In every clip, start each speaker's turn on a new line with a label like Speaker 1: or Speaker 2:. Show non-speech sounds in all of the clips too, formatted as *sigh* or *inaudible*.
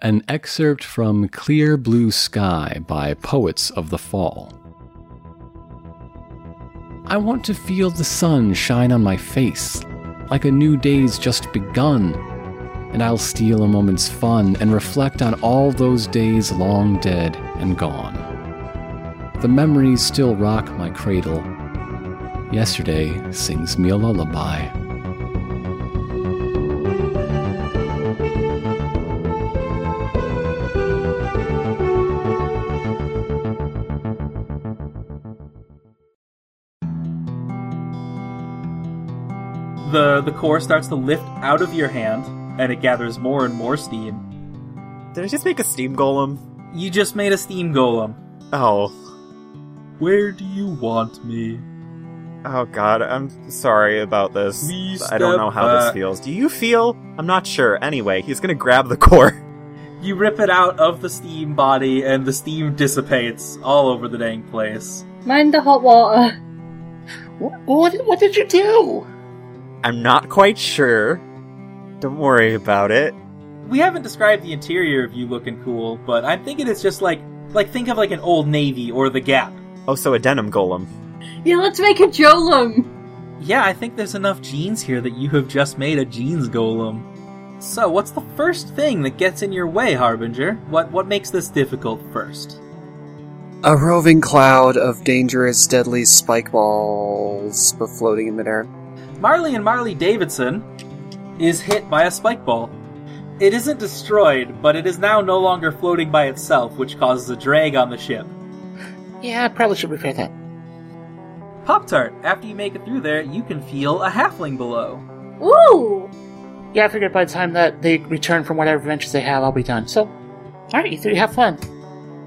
Speaker 1: An excerpt from Clear Blue Sky by Poets of the Fall. I want to feel the sun shine on my face, like a new day's just begun. And I'll steal a moment's fun and reflect on all those days long dead and gone. The memories still rock my cradle. Yesterday sings me a lullaby.
Speaker 2: The the core starts to lift out of your hand, and it gathers more and more steam.
Speaker 3: Did I just make a steam golem?
Speaker 2: You just made a steam golem.
Speaker 3: Oh.
Speaker 2: Where do you want me?
Speaker 3: Oh god, I'm sorry about this.
Speaker 2: Please
Speaker 3: I don't
Speaker 2: step
Speaker 3: know how this
Speaker 2: back.
Speaker 3: feels. Do you feel? I'm not sure. Anyway, he's gonna grab the core. *laughs*
Speaker 2: You rip it out of the steam body, and the steam dissipates all over the dang place.
Speaker 4: Mind the hot water.
Speaker 5: What, what, what did you do?
Speaker 3: I'm not quite sure. Don't worry about it.
Speaker 2: We haven't described the interior of you looking cool, but I'm thinking it's just like like think of like an old navy or the gap.
Speaker 3: Oh, so a denim golem.
Speaker 4: Yeah, let's make a Jolum.
Speaker 2: Yeah, I think there's enough jeans here that you have just made a jeans golem. So, what's the first thing that gets in your way, Harbinger? What what makes this difficult first?
Speaker 5: A roving cloud of dangerous, deadly spike balls floating in midair.
Speaker 2: Marley and Marley Davidson is hit by a spike ball. It isn't destroyed, but it is now no longer floating by itself, which causes a drag on the ship.
Speaker 5: Yeah, I probably should repair that.
Speaker 2: Pop Tart, after you make it through there, you can feel a halfling below.
Speaker 4: Ooh!
Speaker 5: Yeah, I figured by the time that they return from whatever adventures they have, I'll be done. So, alright, you three, have fun.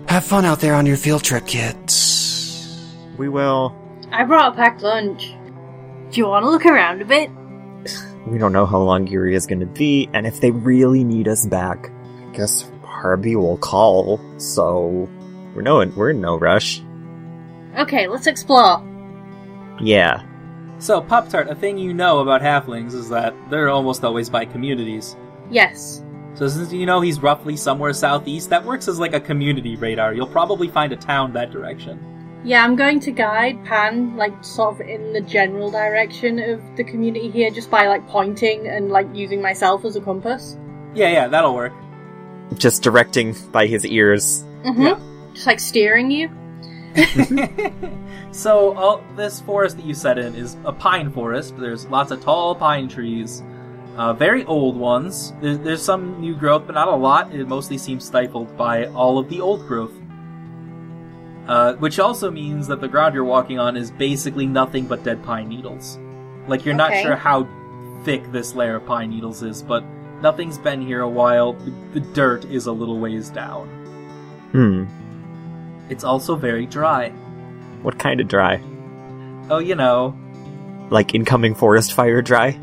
Speaker 5: Have fun out there on your field trip, kids.
Speaker 3: We will.
Speaker 4: I brought a packed lunch. Do you want to look around a bit?
Speaker 3: We don't know how long Yuri is gonna be, and if they really need us back, I guess Harvey will call. So we're no, we're in no rush.
Speaker 4: Okay, let's explore.
Speaker 3: Yeah.
Speaker 2: So, Pop Tart, a thing you know about halflings is that they're almost always by communities.
Speaker 4: Yes.
Speaker 2: So, since you know he's roughly somewhere southeast, that works as like a community radar. You'll probably find a town that direction.
Speaker 4: Yeah, I'm going to guide Pan, like, sort of in the general direction of the community here, just by, like, pointing and, like, using myself as a compass.
Speaker 2: Yeah, yeah, that'll work.
Speaker 3: Just directing by his ears.
Speaker 4: Mm-hmm. Just, like, steering
Speaker 5: *laughs*
Speaker 4: you.
Speaker 2: so, all, this forest that you set in is a pine forest. There's lots of tall pine trees, uh, very old ones. There's, there's some new growth, but not a lot. It mostly seems stifled by all of the old growth. Uh, which also means that the ground you're walking on is basically nothing but dead pine needles. Like, you're not
Speaker 4: Okay.
Speaker 2: sure how thick this layer of pine needles is, but nothing's been here a while. The, the dirt is a little ways down.
Speaker 3: Hmm.
Speaker 2: It's also very dry.
Speaker 3: What kind of dry?
Speaker 2: Oh, you know,
Speaker 3: Like incoming forest fire dry?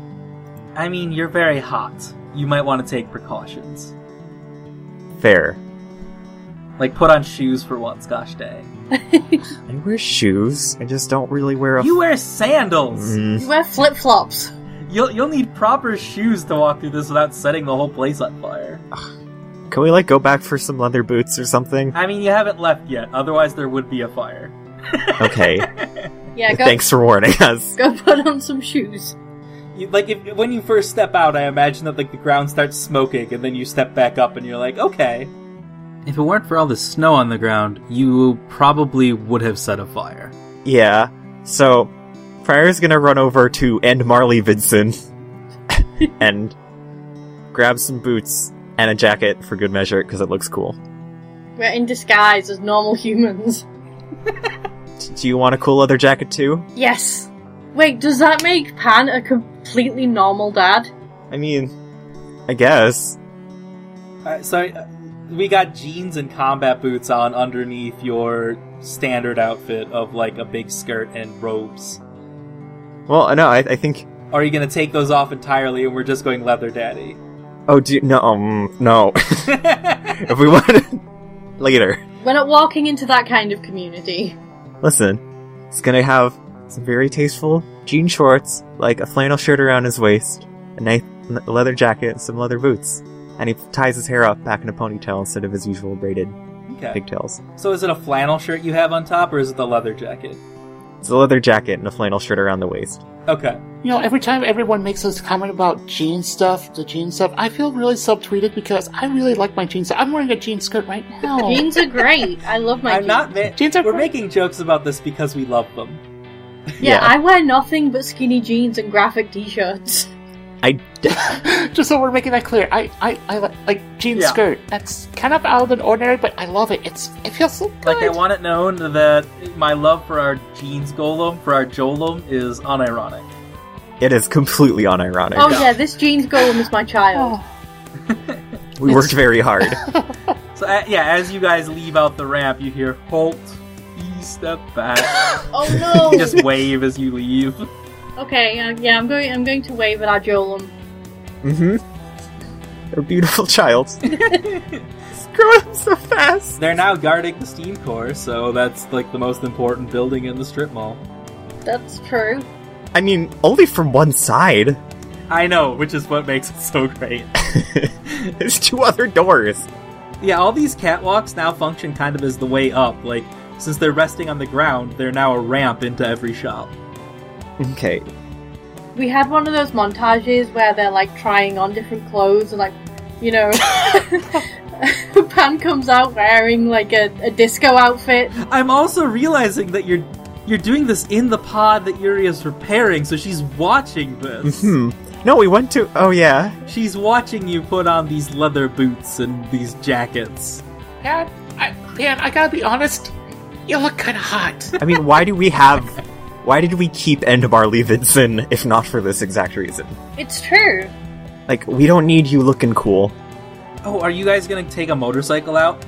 Speaker 2: I mean, you're very hot. You might want to take precautions.
Speaker 3: Fair.
Speaker 2: Like, put on shoes for once, gosh dang.
Speaker 3: I wear shoes. I just don't really wear a.
Speaker 2: You wear sandals!
Speaker 3: Mm.
Speaker 4: You wear flip flops.
Speaker 2: You'll, you'll need proper shoes to walk through this without setting the whole place on fire.
Speaker 3: Can we like go back for some leather boots or
Speaker 4: *laughs*
Speaker 3: something?
Speaker 2: I mean, you haven't left yet, otherwise, there would be a fire.
Speaker 3: Okay.
Speaker 4: Yeah, go,
Speaker 3: Thanks for warning us.
Speaker 4: go put on some shoes.
Speaker 2: You, like, if, when you first step out, I imagine that, like, the ground starts smoking, and then you step back up and you're like, okay. If it weren't for all the snow on the ground, you probably would have set a fire.
Speaker 3: Yeah. So, Friar's gonna run over to and Marley
Speaker 4: *laughs*
Speaker 3: Vinson and grab some boots and a jacket for good measure because it looks cool.
Speaker 4: We're in disguise as normal humans.
Speaker 3: D- Do you want a cool leather jacket too?
Speaker 4: Yes. Wait, does that make Pan a completely normal dad?
Speaker 3: I mean, I guess.
Speaker 2: Alright, so uh, we got jeans and combat boots on underneath your standard outfit of like a big skirt and robes.
Speaker 3: Well, no, I, I think.
Speaker 2: Are you gonna take those off entirely and we're just going leather daddy?
Speaker 3: Oh, do you, no, um, no. *laughs* if we want later.
Speaker 4: We're not walking into that kind of community.
Speaker 3: Listen, he's gonna have some very tasteful jean shorts, like a flannel shirt around his waist, a nice leather jacket, and some leather boots. and he ties his hair up back in a ponytail instead of his usual braided
Speaker 2: Okay.
Speaker 3: pigtails.
Speaker 2: So is it a flannel shirt you have on top, or is it the leather jacket?
Speaker 3: It's a leather jacket and a flannel shirt around the waist.
Speaker 2: Okay.
Speaker 5: You know, every time everyone makes this comment about jean stuff, the jean stuff, I feel really subtweeted because I really like my jeans. I'm wearing a jean skirt right now.
Speaker 4: Jeans are great. I love my
Speaker 2: I'm
Speaker 4: jeans.
Speaker 2: not. Ma-
Speaker 5: Jeans are
Speaker 2: we're
Speaker 5: great.
Speaker 2: making jokes about this because we love them.
Speaker 4: yeah,
Speaker 3: Yeah.
Speaker 4: I wear nothing but skinny jeans and graphic t-shirts.
Speaker 3: I d-
Speaker 5: *laughs* Just so we're making that clear, I I, I li- like jean
Speaker 2: Yeah.
Speaker 5: skirt. That's kind of out of the ordinary, but I love it. It's it feels so good.
Speaker 2: Like I want it known that my love for our jeans golem, for our jolem, is unironic.
Speaker 3: it is completely unironic.
Speaker 4: Oh yeah, this jeans golem is my
Speaker 5: Oh,
Speaker 4: child.
Speaker 3: we worked very hard.
Speaker 2: So uh, yeah, as you guys leave out the ramp, you hear Holt. Please step back.
Speaker 4: Oh
Speaker 2: *laughs*
Speaker 4: *laughs*
Speaker 2: you just wave as you leave.
Speaker 4: okay, uh, yeah, I'm going. I'm going to wave at our golem.
Speaker 3: mm-hmm. They're beautiful child. Grow up so fast.
Speaker 2: They're now guarding the steam core, so that's like the most important building in the strip mall.
Speaker 4: That's true.
Speaker 3: I mean, only from one side.
Speaker 2: I know, which is what makes it so great.
Speaker 3: *laughs* There's two other doors.
Speaker 2: Yeah, all these catwalks now function kind of as the way up. Like, since they're resting on the ground, they're now a ramp into every shop.
Speaker 3: Okay.
Speaker 4: We had one of those montages where they're like trying on different clothes and like, you *laughs* know, Pan comes out wearing like a, a disco outfit.
Speaker 2: I'm also realizing that you're you're doing this in the pod that Yuria's repairing, so she's watching this.
Speaker 3: Hmm. No, we went to. Oh yeah.
Speaker 2: she's watching you put on these leather boots and these jackets.
Speaker 5: Man, I, man, I gotta be honest. You look kind of hot.
Speaker 3: I mean, why do we have? Why did we keep Endemar Levinson if not for this exact reason?
Speaker 4: It's true.
Speaker 3: Like, we don't need you looking cool.
Speaker 2: Oh, are you guys gonna take a motorcycle out?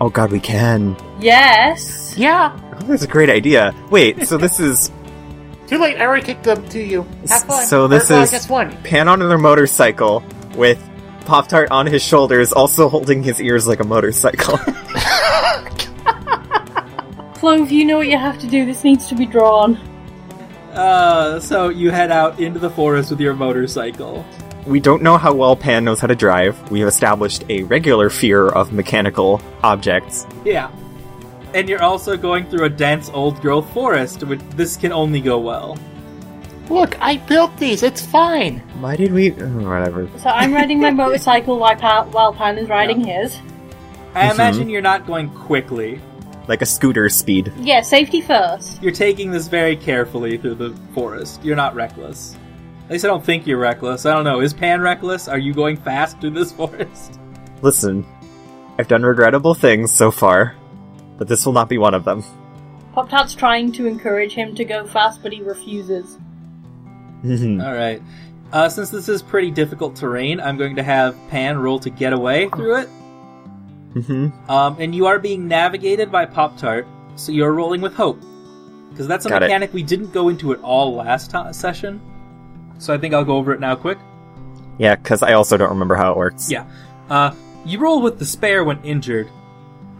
Speaker 3: Oh god, we can.
Speaker 4: Yes.
Speaker 5: yeah.
Speaker 3: Oh, that's a great idea. Wait, so this is
Speaker 5: Too late. I already kicked them to you. Have
Speaker 3: S-
Speaker 5: fun.
Speaker 3: so
Speaker 5: Or,
Speaker 3: this
Speaker 5: well, I
Speaker 3: is-
Speaker 5: guess one.
Speaker 3: Pan on their motorcycle with Pop Tart on his shoulders, also holding his ears like a motorcycle. *laughs*
Speaker 4: Clove, you know what you have to do. This needs to be drawn.
Speaker 2: Uh, so you head out into the forest with your motorcycle.
Speaker 3: we don't know how well Pan knows how to drive. We have established a regular fear of mechanical objects.
Speaker 2: Yeah. And you're also going through a dense old growth forest, which this can only go well.
Speaker 5: Look, I built these. It's fine.
Speaker 3: Why did we? oh, Whatever.
Speaker 4: So I'm riding *laughs* my motorcycle while Pan, while Pan is riding his.
Speaker 2: I
Speaker 3: Mhm.
Speaker 2: imagine you're not going quickly.
Speaker 3: Like a scooter speed.
Speaker 4: Yeah, safety first.
Speaker 2: You're taking this very carefully through the forest. You're not reckless. At least I don't think you're reckless. I don't know. Is Pan reckless? Are you going fast through this *laughs* forest?
Speaker 3: Listen, I've done regrettable things so far, but this will not be one of them.
Speaker 4: Pop Tart's trying to encourage him to go fast, but he refuses.
Speaker 3: Mhm.
Speaker 2: All right. Uh, since this is pretty difficult terrain, I'm going to have Pan roll to get away through it.
Speaker 3: Mhm.
Speaker 2: Um, and you are being navigated by Pop Tart, so you're rolling with hope. Because that's a
Speaker 3: Got it.
Speaker 2: mechanic we didn't go into at all last to- session. So I think I'll go over it now quick.
Speaker 3: Yeah, because I also don't remember how it works.
Speaker 2: Yeah. Uh, you roll with despair when injured,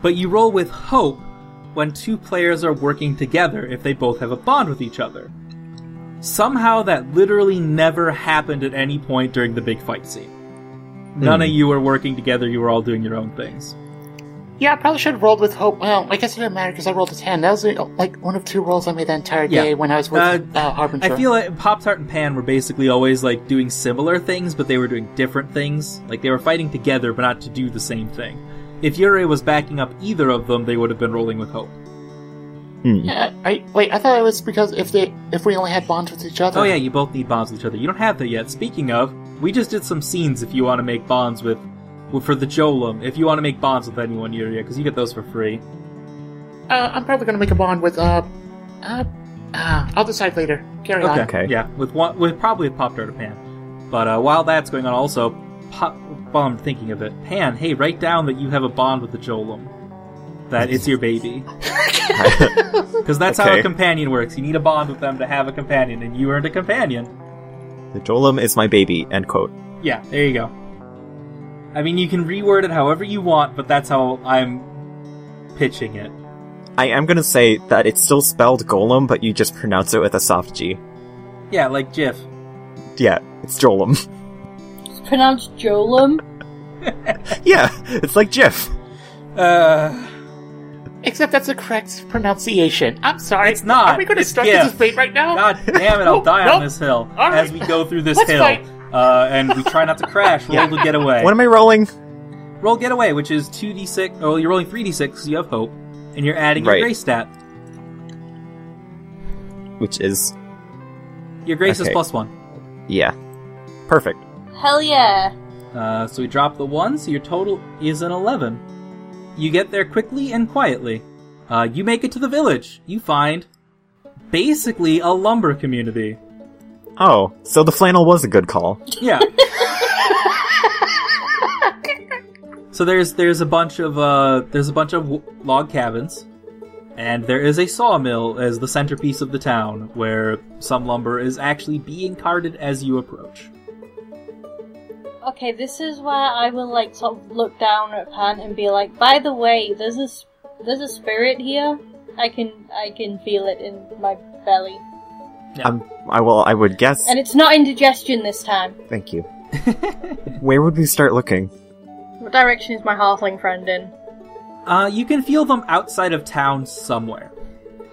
Speaker 2: but you roll with hope when two players are working together if they both have a bond with each other. Somehow that literally never happened at any point during the big fight scene.
Speaker 3: Hmm.
Speaker 2: None of you were working together, you were all doing your own things.
Speaker 5: Yeah, I probably should have rolled with hope. Well, I guess it didn't matter because I rolled a 10. That was uh, like one of two rolls I made that entire
Speaker 2: Yeah.
Speaker 5: day when I was working
Speaker 2: Uh,
Speaker 5: uh, Harbinger.
Speaker 2: I feel like Pop Tart and Pan were basically always like doing similar things, but they were doing different things. Like they were fighting together, but not to do the same thing. If Yuri was backing up either of them, they would have been rolling with hope.
Speaker 3: Hmm. *laughs*
Speaker 5: Yeah, I, wait, I thought it was because if they if we only had bonds with each other.
Speaker 2: Oh yeah, you both need bonds with each other. You don't have that yet. Speaking of, we just did some scenes. If you want to make bonds with, well, for the Jolum, if you want to make bonds with anyone, Yuria, because you get those for free.
Speaker 5: Uh, I'm probably gonna make a bond with uh, uh, uh I'll decide later. Carry on.
Speaker 3: Okay.
Speaker 2: Yeah, with one, with probably with Pop Tart or Pan. But uh, while that's going on, also, Pop, well, I'm thinking of it. Pan, hey, write down that you have a bond with the Jolum. That it's your baby.
Speaker 5: *laughs*
Speaker 2: Because that's how
Speaker 3: Okay.
Speaker 2: a companion works. You need a bond with them to have a companion, and you earned a companion.
Speaker 3: the Jolum is my baby. End quote.
Speaker 2: Yeah, there you go. I mean, you can reword it however you want, but that's how I'm pitching it.
Speaker 3: I am gonna say that it's still spelled Golem, but you just pronounce it with a soft G.
Speaker 2: Yeah, like Jif.
Speaker 3: Yeah, it's Jolum.
Speaker 4: It's pronounced Jolum.
Speaker 3: *laughs* yeah, it's like Jif.
Speaker 2: Uh,
Speaker 5: Except that's the correct pronunciation. I'm sorry.
Speaker 2: It's not.
Speaker 5: Are we going to
Speaker 2: It's
Speaker 5: start
Speaker 2: GIF.
Speaker 5: this debate right now?
Speaker 2: God damn it! I'll
Speaker 5: *laughs* Nope,
Speaker 2: die
Speaker 5: nope.
Speaker 2: on this hill
Speaker 5: All right.
Speaker 2: as we go through this
Speaker 5: Let's
Speaker 2: hill,
Speaker 5: fight.
Speaker 2: uh, and we try not to crash. Roll
Speaker 3: *laughs* Yeah.
Speaker 2: to get away.
Speaker 3: What am I rolling?
Speaker 2: roll getaway, which is two d six. Oh, you're rolling three d six because you have hope, and you're adding
Speaker 3: Right.
Speaker 2: your grace stat.
Speaker 3: Which is
Speaker 2: Your grace is
Speaker 3: Okay.
Speaker 2: plus one.
Speaker 3: yeah, perfect.
Speaker 4: Hell *laughs* yeah.
Speaker 2: Uh, so we drop the one, so your total is an eleven. You get there quickly and quietly. Uh, you make it to the village. You find basically a lumber community.
Speaker 3: Oh, so the flannel was a good call. *laughs*
Speaker 2: Yeah. so there's there's a bunch of uh, there's a bunch of w- log cabins, and there is a sawmill as the centerpiece of the town, where some lumber is actually being carted as you approach.
Speaker 4: Okay, this is where I will like sort of look down at Pan and be like, by the way, there's a s- there's a spirit here. I can I can feel it in my belly,
Speaker 3: Um, I will. I would guess.
Speaker 4: and it's not indigestion this time.
Speaker 3: Thank you. Where would we start looking?
Speaker 4: What direction is my halfling friend in?
Speaker 2: Uh, you can feel them outside of town somewhere.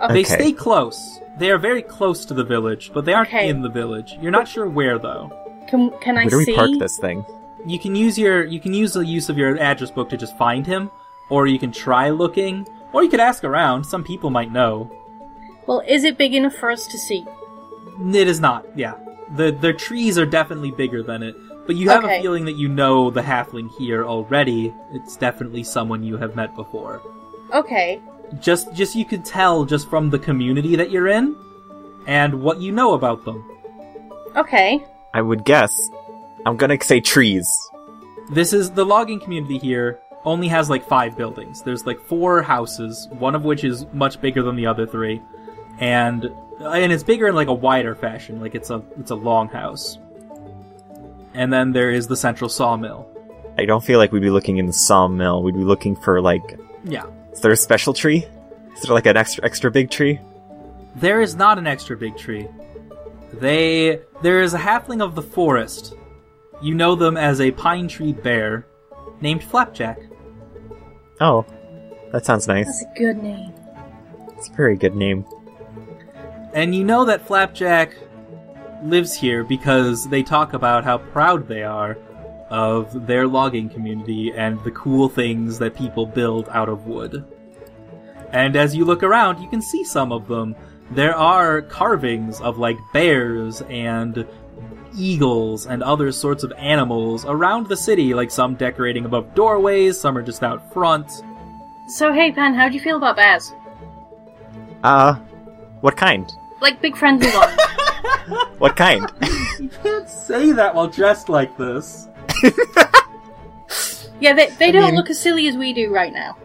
Speaker 3: Okay.
Speaker 2: They stay close. They are very close to the village, but they aren't
Speaker 4: Okay.
Speaker 2: in the village. You're not sure where though.
Speaker 4: Can can I
Speaker 3: Where do we
Speaker 4: see?
Speaker 3: park this thing?
Speaker 2: You can use your you can use the use of your address book to just find him, or you can try looking, or you could ask around. Some people might know.
Speaker 4: Well, is it big enough for us to see?
Speaker 2: It is not. Yeah, the the trees are definitely bigger than it, but you have
Speaker 4: Okay.
Speaker 2: a feeling that you know the halfling here already. It's definitely someone you have met before.
Speaker 4: Okay.
Speaker 2: Just just you could tell just from the community that you're in, and what you know about them.
Speaker 4: Okay.
Speaker 3: I would guess. I'm gonna say trees.
Speaker 2: This is the logging community here only has like five buildings. There's like four houses, one of which is much bigger than the other three, and and it's bigger in like a wider fashion, like it's a it's a long house. And then there is the central sawmill.
Speaker 3: I don't feel like we'd be looking in the sawmill. We'd be looking for like.
Speaker 2: Yeah,
Speaker 3: Is there a special tree? Is there like an extra extra big tree?
Speaker 2: there is not an extra big tree. They there is a halfling of the forest. You know them as a pine tree bear named Flapjack.
Speaker 3: Oh, that sounds nice.
Speaker 4: That's a good name.
Speaker 3: It's a very good name.
Speaker 2: And you know that Flapjack lives here because they talk about how proud they are of their logging community and the cool things that people build out of wood. And as you look around, you can see some of them. There are carvings of like bears and eagles and other sorts of animals around the city, like some decorating above doorways, some are just out front.
Speaker 4: So hey, Pan, how do you feel about bears?
Speaker 3: Uh, what kind?
Speaker 4: Like big friendly ones.
Speaker 3: What kind? *laughs*
Speaker 2: You can't say that while dressed like this.
Speaker 4: *laughs* yeah, they they don't
Speaker 3: mean-
Speaker 4: look as silly as we do right now.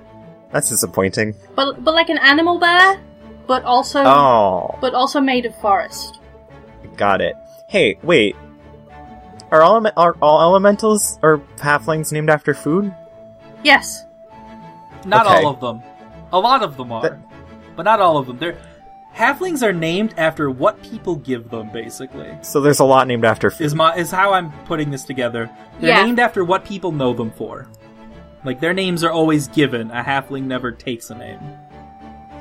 Speaker 3: That's disappointing.
Speaker 4: But but like an animal bear, but also
Speaker 3: Oh,
Speaker 4: but also made of forest.
Speaker 3: got it. Hey, wait. Are all eleme- are all elementals or halflings named after food?
Speaker 4: Yes.
Speaker 2: Not
Speaker 3: Okay.
Speaker 2: all of them. A lot of them are,
Speaker 3: But-
Speaker 2: but, not all of them. They're halflings are named after what people give them. Basically,
Speaker 3: So there's a lot named after food.
Speaker 2: is my is how I'm putting this together. They're
Speaker 4: Yeah.
Speaker 2: named after what people know them for. Like their names are always given. A halfling never takes a name.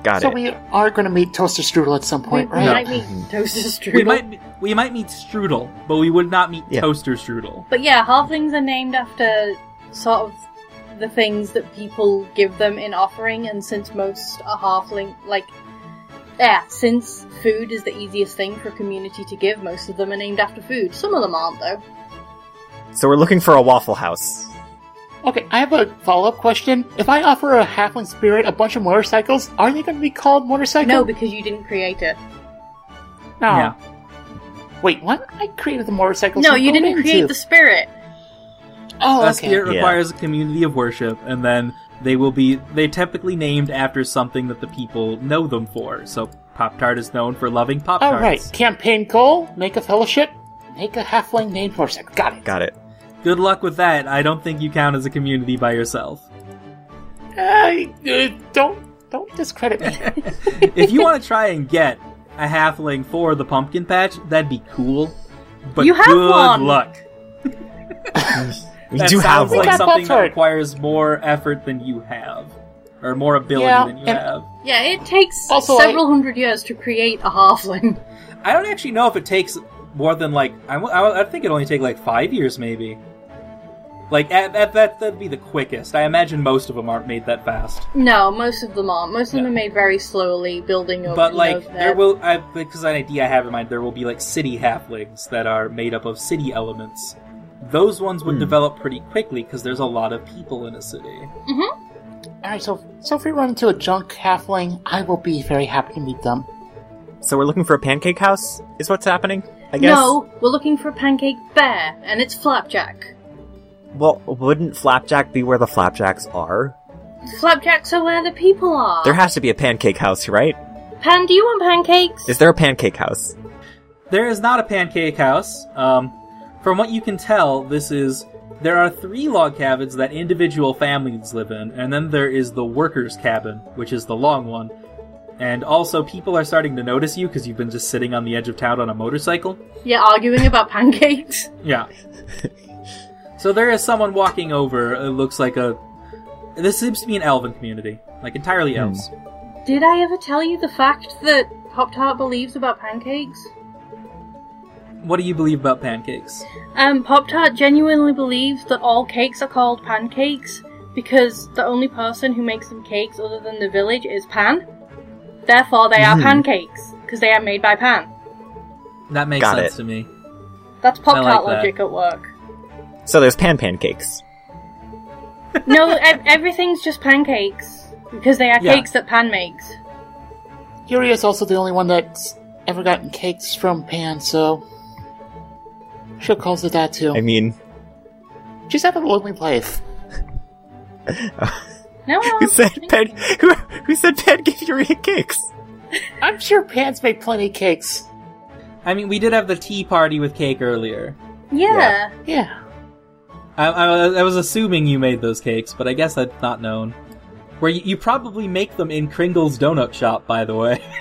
Speaker 3: Got
Speaker 5: so
Speaker 3: it.
Speaker 5: we are going to meet Toaster Strudel at some point,
Speaker 4: we, we
Speaker 5: right?
Speaker 4: might
Speaker 2: *laughs*
Speaker 4: meet toaster strudel.
Speaker 2: We might we might meet strudel, but we would not meet
Speaker 3: Yeah.
Speaker 2: toaster
Speaker 5: Oh.
Speaker 2: strudel.
Speaker 4: But yeah, halflings are named after sort of the things that people give them in offering, and since most are halfling, like, yeah, since food is the easiest thing for a community to give, most of them are named after food. Some of them aren't, though.
Speaker 3: So we're looking for a Waffle House.
Speaker 5: Okay, I have a follow up question. If I offer a halfling spirit a bunch of motorcycles, are they going to be called motorcycle?
Speaker 4: No, because you didn't create it.
Speaker 5: no.
Speaker 2: Yeah.
Speaker 5: Wait, what? I created the motorcycles.
Speaker 4: No,
Speaker 5: we
Speaker 4: you
Speaker 5: go
Speaker 4: didn't
Speaker 5: into.
Speaker 4: create the spirit.
Speaker 5: Oh,
Speaker 2: A
Speaker 5: okay.
Speaker 2: spirit
Speaker 3: Yeah.
Speaker 2: requires a community of worship, and then they will be they typically named after something that the people know them for. So Pop Tart is known for loving Pop
Speaker 5: All
Speaker 2: Tarts.
Speaker 5: Oh, right. Campaign goal: make a fellowship, make a halfling named motorcycle. Got it.
Speaker 3: Got it.
Speaker 2: Good luck with that. I don't think you count as a community by yourself. *laughs*
Speaker 5: I, uh, don't don't discredit me.
Speaker 2: *laughs* if you want to try and get a halfling for the pumpkin patch, that'd be cool. But
Speaker 4: You have
Speaker 2: good
Speaker 4: one.
Speaker 2: luck.
Speaker 3: We
Speaker 2: that
Speaker 3: do have
Speaker 2: sounds
Speaker 3: one.
Speaker 2: like
Speaker 5: Got
Speaker 2: something that
Speaker 5: Pop-Tart.
Speaker 2: requires more effort than you have, or more ability
Speaker 5: Yeah,
Speaker 2: than you
Speaker 5: and-
Speaker 2: have.
Speaker 4: Yeah, it takes
Speaker 5: Also,
Speaker 4: several hundred years to create a halfling.
Speaker 2: I don't actually know if it takes more than like I, w- I w- I think it only take like five years maybe. Like at, at that that'd be the quickest. I imagine most of them aren't made that fast.
Speaker 4: No, most of them aren't. Most of them
Speaker 2: Yeah.
Speaker 4: are made very slowly, building up.
Speaker 2: But
Speaker 4: you
Speaker 2: like
Speaker 4: know,
Speaker 2: there
Speaker 4: their-
Speaker 2: will I because an idea I have in mind there will be like city halflings that are made up of city elements. Those ones would
Speaker 3: Hmm.
Speaker 2: develop pretty quickly because there's a lot of people in a city.
Speaker 5: Alright, so, so if we run into a junk halfling, I will be very happy to meet them.
Speaker 3: So we're looking for a pancake house. Is what's happening? I guess.
Speaker 4: No, we're looking for a pancake bear, and it's flapjack.
Speaker 3: Well, wouldn't flapjack be where the flapjacks are?
Speaker 4: Flapjacks are where the people are.
Speaker 3: There has to be a pancake house, right?
Speaker 4: Pan, do you want pancakes?
Speaker 3: Is there a pancake house?
Speaker 2: There is not a pancake house. Um, from what you can tell, this is there are three log cabins that individual families live in, and then there is the workers' cabin, which is the long one. And also, people are starting to notice you because you've been just sitting on the edge of town on a motorcycle.
Speaker 4: Yeah, arguing about *laughs* pancakes.
Speaker 2: Yeah. so there is someone walking over. It looks like a. This seems to be an elven community, like
Speaker 3: Hmm.
Speaker 2: entirely elves.
Speaker 4: Did I ever tell you the fact that Pop Tart believes about pancakes?
Speaker 2: What do you believe about pancakes?
Speaker 4: Um, Pop Tart genuinely believes that all cakes are called pancakes because the only person who makes them cakes other than the village is Pan. Therefore, they are pancakes because they are made by Pan.
Speaker 2: That makes
Speaker 3: Got
Speaker 2: sense
Speaker 3: it.
Speaker 2: to me.
Speaker 4: That's Pop Tart
Speaker 2: I like that.
Speaker 4: logic at *laughs* work.
Speaker 3: So there's pan pancakes.
Speaker 4: no, ev- everything's just pancakes because they are
Speaker 2: Yeah.
Speaker 4: cakes that Pan makes.
Speaker 5: Yuri is also the only one that's ever gotten cakes from Pan, so. She calls it that too.
Speaker 3: I mean,
Speaker 5: She's at a lonely place.
Speaker 4: No,
Speaker 3: *laughs* who said pan? Who, who said pan gave urea cakes?
Speaker 5: I'm sure Pan's made plenty of cakes.
Speaker 2: I mean, we did have the tea party with cake earlier.
Speaker 4: yeah.
Speaker 5: Yeah.
Speaker 2: I, I, I was assuming you made those cakes, but I guess that's not known. Where you, you probably make them in Kringle's donut shop, by the way. *laughs*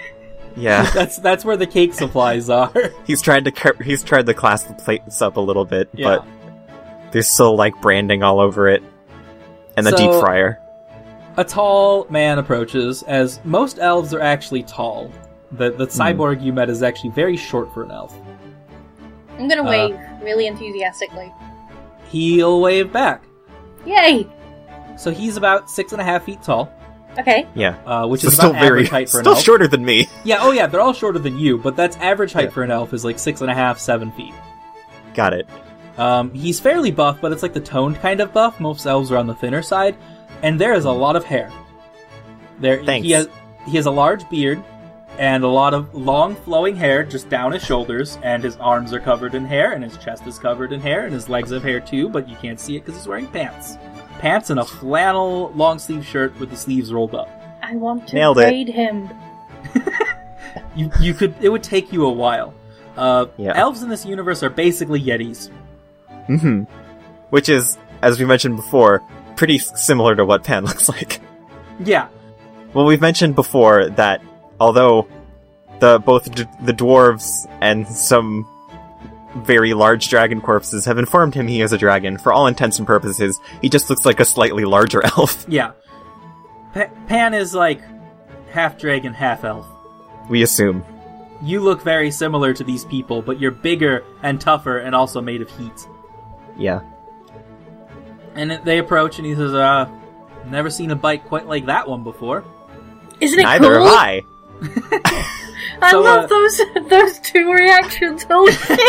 Speaker 3: Yeah,
Speaker 2: that's that's where the cake supplies are.
Speaker 3: he's trying to cur- he's tried to class the plates up a little bit,
Speaker 2: Yeah.
Speaker 3: but there's still like branding all over it, and the
Speaker 2: So-
Speaker 3: deep fryer.
Speaker 2: A tall man approaches, as most elves are actually tall. The the
Speaker 3: Hmm.
Speaker 2: cyborg you met is actually very short for an elf.
Speaker 4: I'm gonna
Speaker 2: Uh.
Speaker 4: wave really enthusiastically.
Speaker 2: He'll wave back.
Speaker 4: Yay!
Speaker 2: So he's about six and a half feet tall,
Speaker 4: Okay.
Speaker 3: Yeah,
Speaker 2: uh, which
Speaker 3: So
Speaker 2: is
Speaker 3: still
Speaker 2: about
Speaker 3: very
Speaker 2: average height for an
Speaker 3: still
Speaker 2: elf.
Speaker 3: shorter than me.
Speaker 2: Yeah, oh yeah, they're all shorter than you, but that's average height
Speaker 3: Yeah.
Speaker 2: for an elf is like six and a half, seven feet.
Speaker 3: Got it.
Speaker 2: Um, he's fairly buff, but it's like the toned kind of buff. Most elves are on the thinner side, and there is a lot of hair. There,
Speaker 3: Thanks.
Speaker 2: he has he has a large beard and a lot of long flowing hair just down his shoulders, and his arms are covered in hair, and his chest is covered in hair, and his legs have hair too, but you can't see it because he's wearing pants, pants and a flannel long sleeve shirt with the sleeves rolled up.
Speaker 4: I want to
Speaker 3: Nailed it.
Speaker 4: raid him.
Speaker 2: You you could it would take you a while. Uh,
Speaker 3: Yeah.
Speaker 2: Elves in this universe are basically yetis.
Speaker 3: hmm Which is, as we mentioned before, pretty s- similar to what Pan *laughs* looks like.
Speaker 2: Yeah,
Speaker 3: Well, we've mentioned before that although the both d- the dwarves and some very large dragon corpses have informed him he is a dragon, for all intents and purposes, he just looks like a slightly larger *laughs* elf.
Speaker 2: Yeah. Pa- Pan is like half dragon, half elf.
Speaker 3: We assume.
Speaker 2: You look very similar to these people, but you're bigger and tougher and also made of heat.
Speaker 3: Yeah.
Speaker 2: And it- they approach, and he says, uh, never seen a bike quite like that one before.
Speaker 4: Isn't it
Speaker 3: Neither
Speaker 4: cool?
Speaker 3: have I.
Speaker 4: I
Speaker 2: So,
Speaker 4: love
Speaker 2: uh,
Speaker 4: those *laughs* those two reactions. *laughs* Holy shit.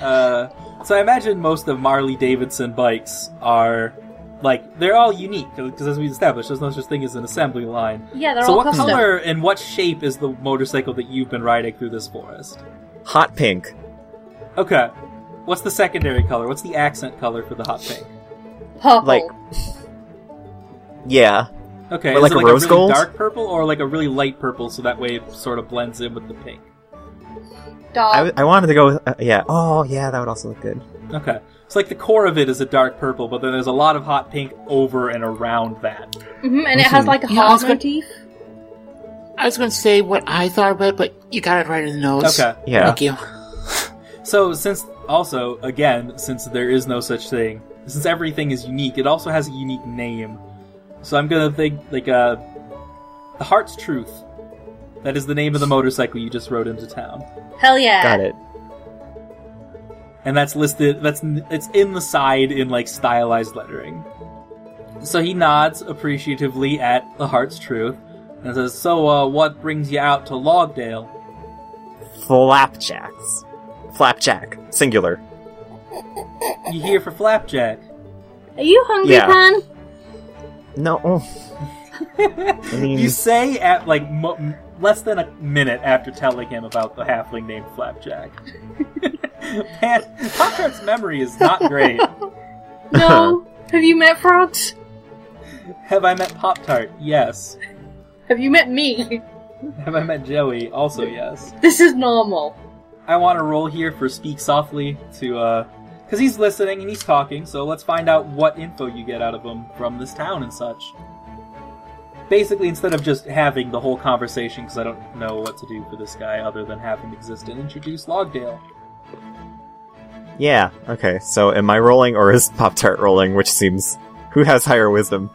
Speaker 2: Uh, so I imagine most of Marley Davidson bikes are, like, they're all unique, because as we established, there's no such thing as an assembly line.
Speaker 4: yeah, they're
Speaker 2: so
Speaker 4: all
Speaker 2: what
Speaker 4: custom.
Speaker 2: color and what shape is the motorcycle that you've been riding through this forest?
Speaker 3: Hot pink.
Speaker 2: Okay. What's the secondary color? What's the accent color for the hot pink?
Speaker 4: Purple.
Speaker 3: Like, yeah.
Speaker 2: Okay,
Speaker 3: Or
Speaker 2: is
Speaker 3: like
Speaker 2: it
Speaker 3: a
Speaker 2: like
Speaker 3: rose
Speaker 2: a really
Speaker 3: gold?
Speaker 2: dark purple or like a really light purple, so that way it sort of blends in with the pink.
Speaker 4: Dark.
Speaker 3: I, w- I wanted to go with, uh, yeah. Oh, yeah, that would also look good.
Speaker 2: Okay, it's like the core of it is a dark purple, but then there's a lot of hot pink over and around that.
Speaker 4: Mhm, and it has like a
Speaker 5: Yeah, I
Speaker 4: heart
Speaker 5: was gonna-
Speaker 4: motif.
Speaker 5: I was going to say what I thought about it, but you got it right in the nose.
Speaker 2: Okay,
Speaker 3: Yeah.
Speaker 5: Thank you.
Speaker 2: so since Also, again, since there is no such thing, since everything is unique, it also has a unique name. So I'm gonna think like uh, the Heart's Truth. That is the name of the motorcycle you just rode into town,
Speaker 4: Hell yeah.
Speaker 3: Got it.
Speaker 2: and that's listed. That's n- it's in the side in like stylized lettering. So he nods appreciatively at the Heart's Truth and says, "So, uh, what brings you out to Logdale?"
Speaker 3: Flapjacks. Flapjack. Singular.
Speaker 2: You here for flapjack?
Speaker 4: Are you hungry,
Speaker 3: Yeah.
Speaker 4: Pan?
Speaker 3: *laughs* No. oh. I mean,
Speaker 2: *laughs* You say at like mo- m- less than a minute after telling him about the halfling named Flapjack. *laughs* Man, Pop Tart's memory is not great.
Speaker 4: No. Have you met frogs?
Speaker 2: Have I met Pop Tart? Yes.
Speaker 4: Have you met me? *laughs*
Speaker 2: Have I met Joey? Also, yes.
Speaker 4: This is normal.
Speaker 2: I want to roll here for Speak Softly to, uh, because he's listening and he's talking, so let's find out what info you get out of him from this town and such. Basically, instead of just having the whole conversation, because I don't know what to do for this guy other than have him exist and introduce Logdale.
Speaker 3: yeah. Okay, so am I rolling or is Pop Tart rolling? Which seems. Who has higher wisdom?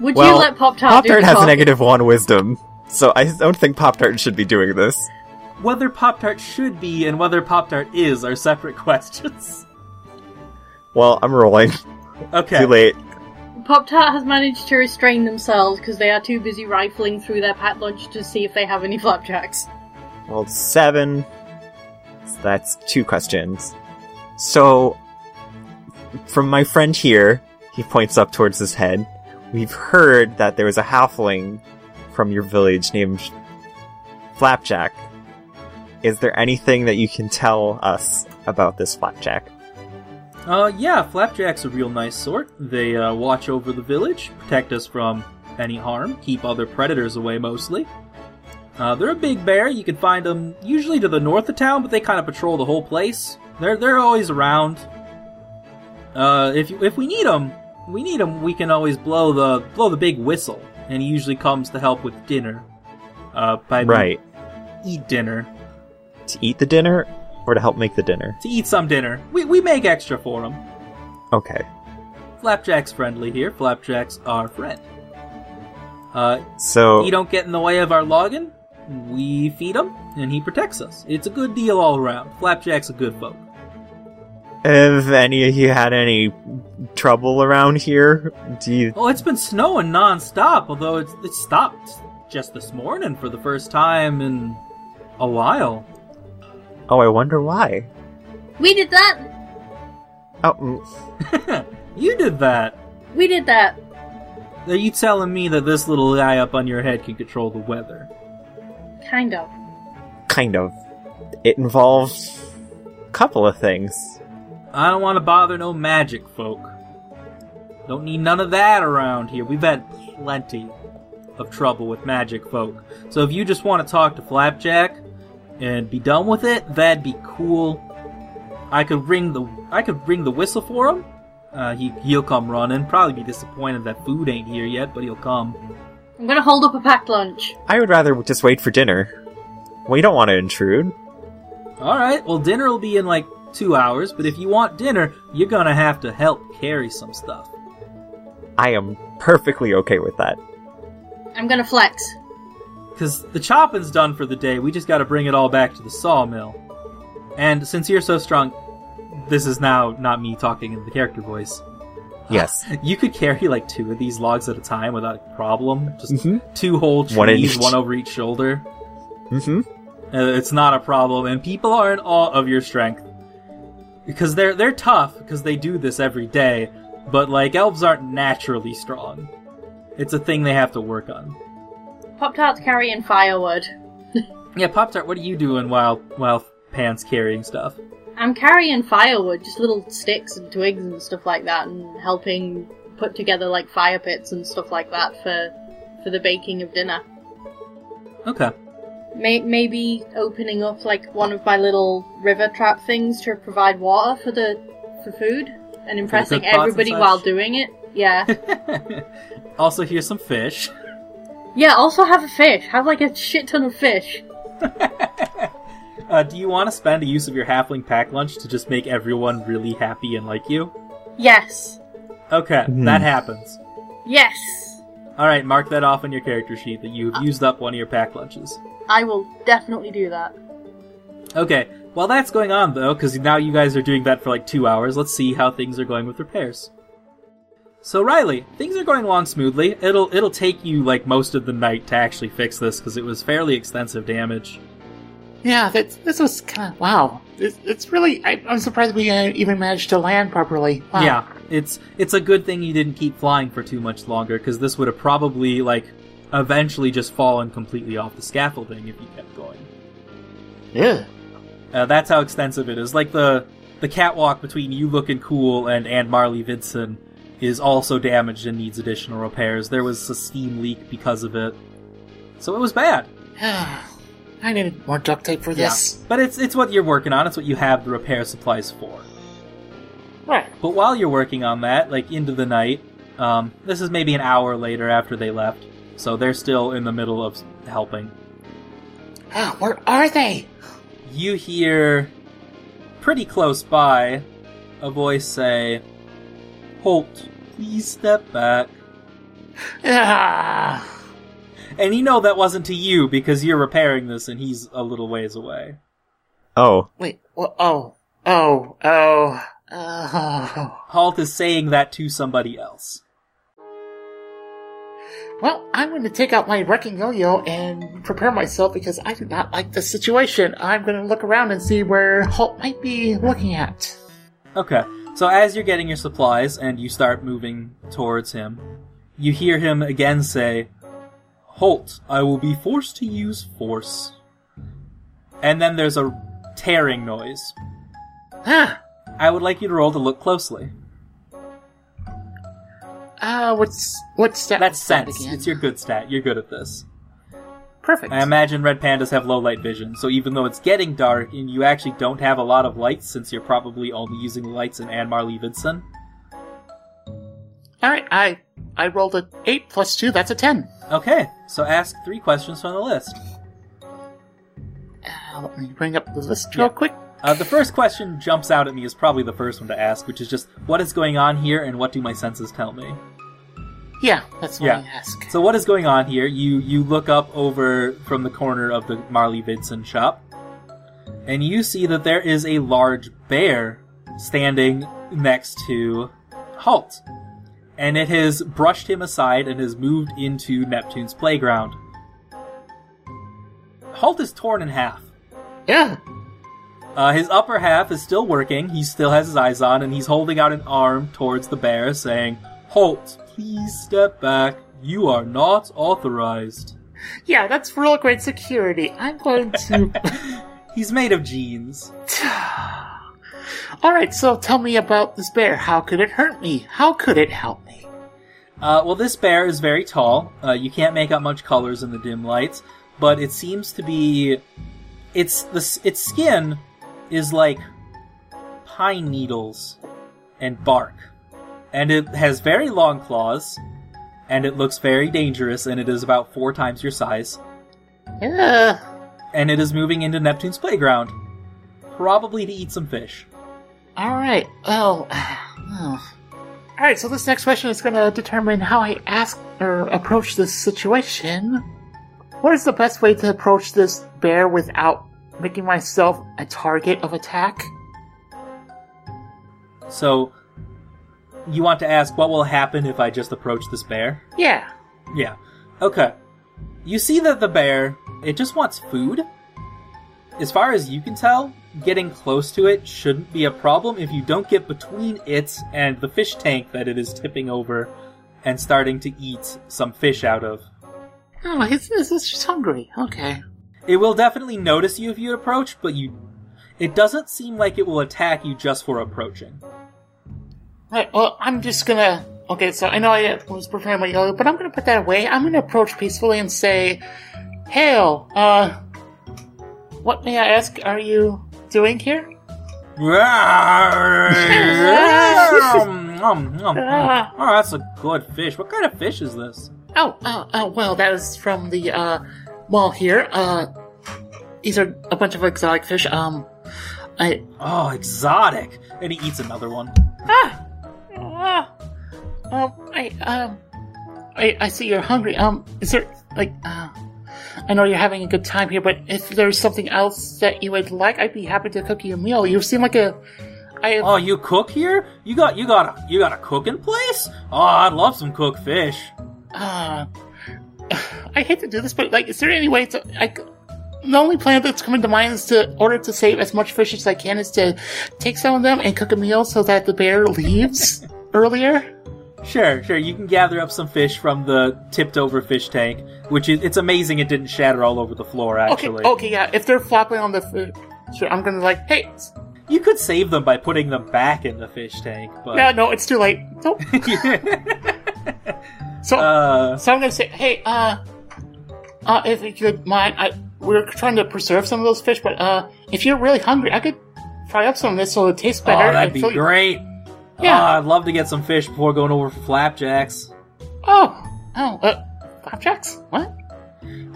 Speaker 4: Would
Speaker 3: Well,
Speaker 4: you let Pop Tart
Speaker 3: Pop
Speaker 4: do the
Speaker 3: Tart has a
Speaker 4: talking?
Speaker 3: negative one wisdom, so I don't think Pop Tart should be doing this.
Speaker 2: Whether Pop Tart should be and whether Pop Tart is are separate *laughs* questions.
Speaker 3: Well, I'm rolling.
Speaker 2: Okay.
Speaker 3: Too late.
Speaker 4: Pop Tart has managed to restrain themselves because they are too busy rifling through their packed lunch to see if they have any *laughs* flapjacks.
Speaker 3: Well, seven. So that's two questions. So, from my friend here, he points up towards his head. We've heard that there was a halfling from your village named Flapjack. Is there anything that you can tell us about this Flapjack?
Speaker 2: Uh, yeah, Flapjack's a real nice sort. They uh, watch over the village, protect us from any harm, keep other predators away mostly. Uh, they're a big bear. You can find them usually to the north of town, but they kind of patrol the whole place. They're they're always around. Uh, if you, if we need them, we need them. We can always blow the blow the big whistle, and he usually comes to help with dinner. Uh, by
Speaker 3: Right.
Speaker 2: eat dinner.
Speaker 3: To eat the dinner or to help make the dinner?
Speaker 2: to eat some dinner. We, we make extra for them.
Speaker 3: Okay.
Speaker 2: Flapjack's friendly here. Flapjack's our friend. Uh,
Speaker 3: So,
Speaker 2: He don't get in the way of our logging. We feed him, and he protects us. It's a good deal all around. Flapjack's a good folk.
Speaker 3: have any of you had any trouble around here? Do you
Speaker 2: Oh, it's been snowing nonstop, although it's, it stopped just this morning for the first time in a while. *laughs*
Speaker 3: Oh, I wonder why.
Speaker 4: We did that!
Speaker 3: Oh, mm,
Speaker 2: You did that.
Speaker 4: We did that!
Speaker 2: Are you telling me that this little guy up on your head can control the weather?
Speaker 4: Kind of.
Speaker 3: kind of. It involves a couple of things.
Speaker 2: I don't want to bother no magic folk. Don't need none of that around here. We've had plenty of trouble with magic folk. So if you just want to talk to Flapjack and be done with it, that'd be cool. I could ring the I could ring the whistle for him. Uh, he he'll come running. Probably be disappointed that food ain't here yet, but he'll come.
Speaker 4: I'm gonna hold up a packed lunch.
Speaker 3: I would rather just wait for dinner. We don't want to intrude.
Speaker 2: All right. Well, dinner will be in like two hours. But if you want dinner, you're gonna have to help carry some stuff.
Speaker 3: I am perfectly okay with that.
Speaker 4: I'm gonna flex.
Speaker 2: Because the chopping's done for the day, we just gotta bring it all back to the sawmill. And since you're so strong, this is now not me talking in the character voice.
Speaker 3: *laughs* Yes.
Speaker 2: You could carry like two of these logs at a time without a problem. Just
Speaker 3: Mhm.
Speaker 2: two whole trees,
Speaker 3: One
Speaker 2: one,
Speaker 3: in each.
Speaker 2: over each shoulder.
Speaker 3: mm-hmm.
Speaker 2: Uh, it's not a problem, and people are in awe of your strength because they're they're tough because they do this every day. But like elves aren't naturally strong; it's a thing they have to work on.
Speaker 4: Pop Tart's carrying firewood.
Speaker 2: Yeah, Pop Tart, what are you doing while while Pan's carrying stuff?
Speaker 4: I'm carrying firewood, just little sticks and twigs and stuff like that, and helping put together like fire pits and stuff like that for for the baking of dinner.
Speaker 2: Okay.
Speaker 4: May- maybe opening up like one of my little river trap things to provide water for the for food and impressing
Speaker 2: cook pots and
Speaker 4: everybody
Speaker 2: such?
Speaker 4: while doing it. Yeah.
Speaker 2: *laughs* also, here's some fish.
Speaker 4: yeah, also have a fish. Have like a shit ton of fish.
Speaker 2: Uh, do you want to spend a use of your halfling pack lunch to just make everyone really happy and like you?
Speaker 4: Yes.
Speaker 2: Okay,
Speaker 3: Hmm.
Speaker 2: that happens.
Speaker 4: Yes.
Speaker 2: All right, mark that off on your character sheet that you've used up one of your pack lunches.
Speaker 4: I will definitely do that.
Speaker 2: Okay, while that's going on though, because now you guys are doing that for like two hours, let's see how things are going with repairs. So Riley, things are going along smoothly. It'll it'll take you like most of the night to actually fix this because it was fairly extensive damage.
Speaker 5: Yeah, that, this was kind of wow. It's, it's really I, I'm surprised we uh, even managed to land properly. Wow.
Speaker 2: Yeah, it's it's a good thing you didn't keep flying for too much longer because this would have probably like eventually just fallen completely off the scaffolding if you kept going.
Speaker 5: Yeah.
Speaker 2: Uh, that's how extensive it is. Like the the catwalk between you looking cool and and Marley Vidson is also damaged and needs additional repairs. There was a steam leak because of it, so it was bad.
Speaker 5: *sighs* I needed more duct tape for this.
Speaker 2: But it's it's what you're working on. It's what you have the repair supplies for.
Speaker 5: Right.
Speaker 2: But while you're working on that, like into the night, um, this is maybe an hour later after they left, so they're still in the middle of s- helping.
Speaker 5: Ah, where are they?
Speaker 2: You hear, pretty close by, a voice say, "Holt, please step back."
Speaker 5: Ah.
Speaker 2: And you know that wasn't to you because you're repairing this, and he's a little ways away.
Speaker 3: Oh,
Speaker 5: Wait. Well, oh. Oh. Oh. Oh.
Speaker 2: Holt is saying that to somebody else.
Speaker 5: Well, I'm going to take out my wrecking yo-yo and prepare myself because I do not like this situation. I'm going to look around and see where Holt might be looking at.
Speaker 2: Okay. So as you're getting your supplies and you start moving towards him, you hear him again say, Halt, I will be forced to use force. And then there's a tearing noise.
Speaker 5: Ah.
Speaker 2: I would like you to roll to look closely.
Speaker 5: Ah. what's what's that?
Speaker 2: That's
Speaker 5: stat
Speaker 2: sense.
Speaker 5: again?
Speaker 2: It's your good stat. You're good at this.
Speaker 5: perfect.
Speaker 2: I imagine red pandas have low light vision, so even though it's getting dark and you actually don't have a lot of lights since you're probably only using the lights in Anmar Levinson,
Speaker 5: All right. I I rolled a eight plus two. That's a ten.
Speaker 2: Okay, so ask three questions from the list.
Speaker 5: Uh, let me bring up the list
Speaker 2: Yeah.
Speaker 5: real quick.
Speaker 2: Uh, the first question jumps out at me is probably the first one to ask, which is just what is going on here and what do my senses tell me?
Speaker 5: Yeah, that's what
Speaker 2: Yeah.
Speaker 5: I ask.
Speaker 2: So what is going on here? You you look up over from the corner of the Marley Vidson shop, and you see that there is a large bear standing next to Halt, and it has brushed him aside and has moved into Neptune's playground. Halt is torn in half.
Speaker 5: yeah.
Speaker 2: Uh, his upper half is still working. He still has his eyes on, and he's holding out an arm towards the bear, saying, "Halt! Please step back. You are not authorized."
Speaker 5: Yeah, that's real great security. I'm going to.
Speaker 2: *laughs* He's made of jeans.
Speaker 5: All right, so tell me about this bear. How could it hurt me? How could it help me?
Speaker 2: Uh, well, this bear is very tall. Uh, you can't make out much colors in the dim lights, but it seems to be. It's the s- its skin is like pine needles and bark, and it has very long claws, and it looks very dangerous, and it is about four times your size,
Speaker 5: Yeah.
Speaker 2: and it is moving into Neptune's playground, probably to eat some fish.
Speaker 5: All right. Well. *sighs* oh. All right. So this next question is going to determine how I ask or approach this situation. What is the best way to approach this bear without making myself a target of attack?
Speaker 2: So, you want to ask what will happen if I just approach this bear?
Speaker 5: Yeah.
Speaker 2: Yeah. Okay. You see that the bear, it just wants food. As far as you can tell, getting close to it shouldn't be a problem if you don't get between it and the fish tank that it is tipping over and starting to eat some fish out of.
Speaker 5: Oh, it's, it's, it's just hungry. Okay.
Speaker 2: It will definitely notice you if you approach, but you it doesn't seem like it will attack you just for approaching.
Speaker 5: Right, well, I'm just gonna. Okay, so I know I was preparing my yellow, but I'm gonna put that away. I'm gonna approach peacefully and say, Hail, uh, what may I ask are you doing here?
Speaker 2: oh, that's a good fish. What kind of fish is this?
Speaker 5: Oh, oh, oh, well, that was from the, uh, mall here. Uh, these are a bunch of exotic fish. Um, I
Speaker 2: Oh, exotic. And he eats another one.
Speaker 5: ah, ah um, I um, I I see you're hungry. Um, is there like uh, I know you're having a good time here, but if there's something else that you would like, I'd be happy to cook you a meal. You seem like a I
Speaker 2: Oh, you cook here? You got you got a you got a cooking place? Oh, I'd love some cooked fish.
Speaker 5: Uh, I hate to do this, but like, is there any way to like? The only plan that's coming to mind is to order to save as much fish as I can is to take some of them and cook a meal so that the bear leaves earlier.
Speaker 2: Sure, sure. You can gather up some fish from the tipped over fish tank, which is it's amazing it didn't shatter all over the floor
Speaker 5: Okay, oh.
Speaker 2: actually.
Speaker 5: okay, yeah. If they're flopping on the food, sure, I'm gonna like, hey, s-
Speaker 2: You could save them by putting them back in the fish tank, but
Speaker 5: no, no, it's too late.
Speaker 2: *laughs*
Speaker 5: Nope. So,
Speaker 2: uh,
Speaker 5: so I'm gonna say, hey, uh, uh, if you could mind, I we're trying to preserve some of those fish, but uh, if you're really hungry, I could fry up some of this so it tastes
Speaker 2: oh,
Speaker 5: better.
Speaker 2: that'd
Speaker 5: and
Speaker 2: be
Speaker 5: fill you-
Speaker 2: great.
Speaker 5: Yeah.
Speaker 2: Ah, I'd love to get some fish before going over for flapjacks.
Speaker 5: Oh, oh, uh, flapjacks? What?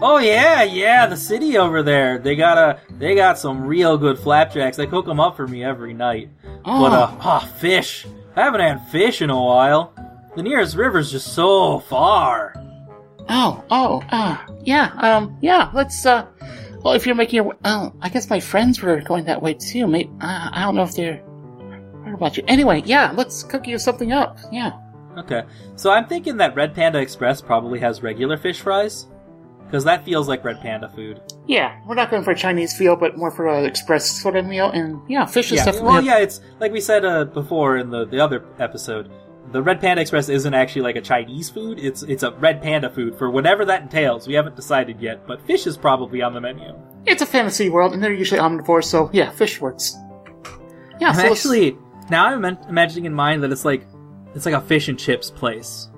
Speaker 2: Oh yeah, yeah, the city over there. They got a they got some real good flapjacks. They cook them up for me every night.
Speaker 5: Oh,
Speaker 2: But uh, ah, fish. I haven't had fish in a while. The nearest river's just so far.
Speaker 5: oh, oh, uh, yeah, um, yeah, let's, uh, well, if you're making your, oh, I guess my friends were going that way too. Maybe, uh, I don't know if they're, heard about you. Anyway, yeah, let's cook you something up. Yeah.
Speaker 2: Okay, so I'm thinking that Red Panda Express probably has regular fish fries, because that feels like Red Panda food.
Speaker 5: Yeah, we're not going for a Chinese meal, but more for an express sort of meal, and yeah, fish is
Speaker 2: Yeah.
Speaker 5: definitely.
Speaker 2: Well, yeah, it's like we said uh, before in the, the other episode. The Red Panda Express isn't actually like a Chinese food. It's it's a Red Panda food for whatever that entails. We haven't decided yet, but fish is probably on the menu.
Speaker 5: It's a fantasy world, and they're usually omnivores, so yeah, fish works. Yeah, so
Speaker 2: I'm
Speaker 5: let's-
Speaker 2: actually now I'm im- imagining in mind that it's like it's like a fish and chips place.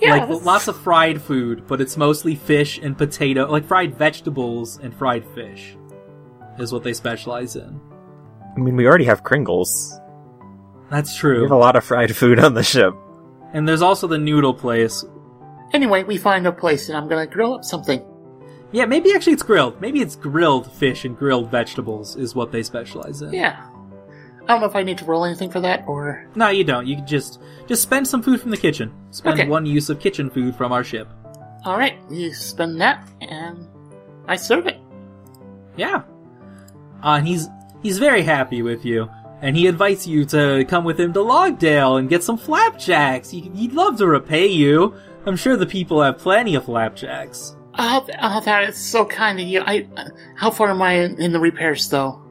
Speaker 5: yeah,
Speaker 2: like
Speaker 5: let's-
Speaker 2: lots of fried food, but it's mostly fish and potato, like fried vegetables and fried fish, is what they specialize in.
Speaker 3: I mean, we already have Kringles.
Speaker 2: That's
Speaker 3: We have
Speaker 2: true.
Speaker 3: a lot of fried food on the ship.
Speaker 2: and there's also the noodle place.
Speaker 5: Anyway, we find a place, and I'm going to grill up something.
Speaker 2: Yeah, maybe actually it's grilled. Maybe it's grilled fish and grilled vegetables is what they specialize in.
Speaker 5: Yeah. I don't know if I need to roll anything for that or.
Speaker 2: No, you don't. You can just just spend some food from the kitchen. Spend
Speaker 5: Okay.
Speaker 2: one use of kitchen food from our ship.
Speaker 5: Alright, you spend that and I serve it.
Speaker 2: Yeah. Uh, and he's he's very happy with you, and he invites you to come with him to Logdale and get some flapjacks. He, he'd love to repay you. I'm sure the people have plenty of flapjacks.
Speaker 5: Oh, th- oh that is so kind of you. I, uh, how far am I in, in the repairs though?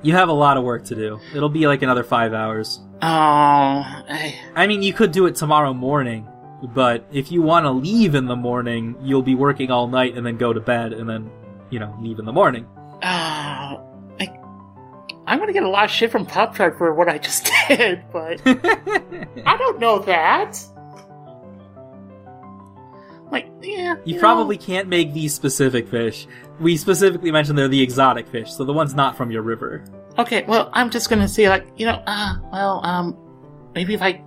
Speaker 2: You have a lot of work to do. It'll be like another five hours.
Speaker 5: Oh, I,
Speaker 2: I mean, you could do it tomorrow morning, but if you want to leave in the morning, you'll be working all night and then go to bed and then, you know, leave in the morning.
Speaker 5: oh, I, I'm gonna get a lot of shit from Pop Tart for what I just *laughs* did,
Speaker 2: *laughs*
Speaker 5: but I don't know that. Like, yeah,
Speaker 2: You
Speaker 5: know.
Speaker 2: probably can't make these specific fish. We specifically mentioned they're the exotic fish, so the ones not from your river.
Speaker 5: Okay, well, I'm just gonna say, like, you know, ah, well, um, maybe if I,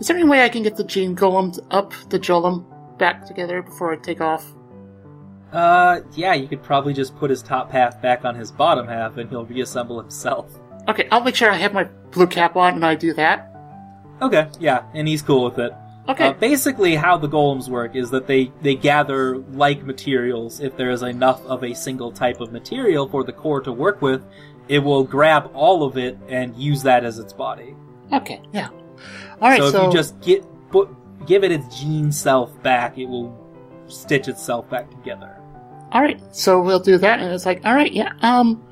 Speaker 5: is there any way I can get the gene golem up the jolum back together before I take off?
Speaker 2: Uh, yeah, you could probably just put his top half back on his bottom half and he'll reassemble himself.
Speaker 5: Okay, I'll make sure I have my blue cap on and I do that.
Speaker 2: Okay, yeah, and he's cool with it.
Speaker 5: Okay,
Speaker 2: Uh, basically, how the golems work is that they, they gather like materials. If there is enough of a single type of material for the core to work with, it will grab all of it and use that as its body.
Speaker 5: okay, yeah. All right,
Speaker 2: so,
Speaker 5: so,
Speaker 2: if you just get bu- give it its gene self back, it will stitch itself back together.
Speaker 5: all right, so we'll do that, and it's like, all right, yeah, um,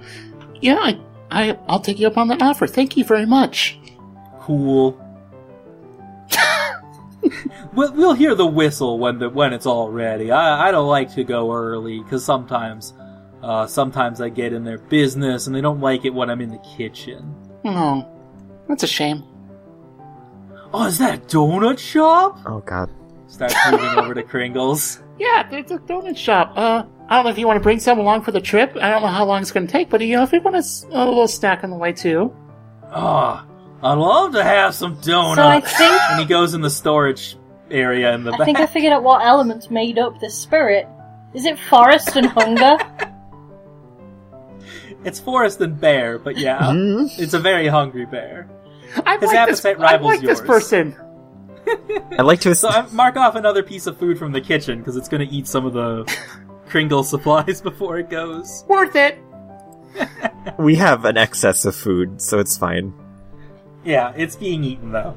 Speaker 5: yeah, I, I, I'll take you up on that offer. Thank you very much.
Speaker 2: Cool. we'll, we'll hear the whistle when the when it's all ready. I, I don't like to go early because sometimes, uh, sometimes I get in their business and they don't like it when I'm in the kitchen.
Speaker 5: Oh, that's a shame.
Speaker 2: Oh, is that a donut shop?
Speaker 3: Oh god.
Speaker 2: Starts moving over to Kringle's.
Speaker 5: Yeah, there's a donut shop. Uh, I don't know if you want to bring some along for the trip. I don't know how long it's going to take, but you know, if you want a, s- a little snack on the way too.
Speaker 2: Ah, I'd love to have some donuts.
Speaker 4: So I think
Speaker 2: and *laughs* he goes in the storage area in the
Speaker 4: I think I
Speaker 2: back. *laughs*
Speaker 4: figured out what elements made up the spirit. Is it forest and hunger?
Speaker 2: It's forest and bear, but yeah,
Speaker 3: Hmm?
Speaker 2: it's a very hungry bear.
Speaker 5: I
Speaker 2: His
Speaker 5: like this,
Speaker 2: appetite
Speaker 5: I
Speaker 2: rivals
Speaker 5: like this
Speaker 2: yours.
Speaker 5: person.
Speaker 3: I'd like to
Speaker 2: So I mark off another piece of food from the kitchen because it's going to eat some of
Speaker 5: *laughs*
Speaker 2: the Kringle supplies before it goes.
Speaker 5: Worth it.
Speaker 3: we have an excess of food, so it's fine.
Speaker 2: Yeah, it's being eaten though.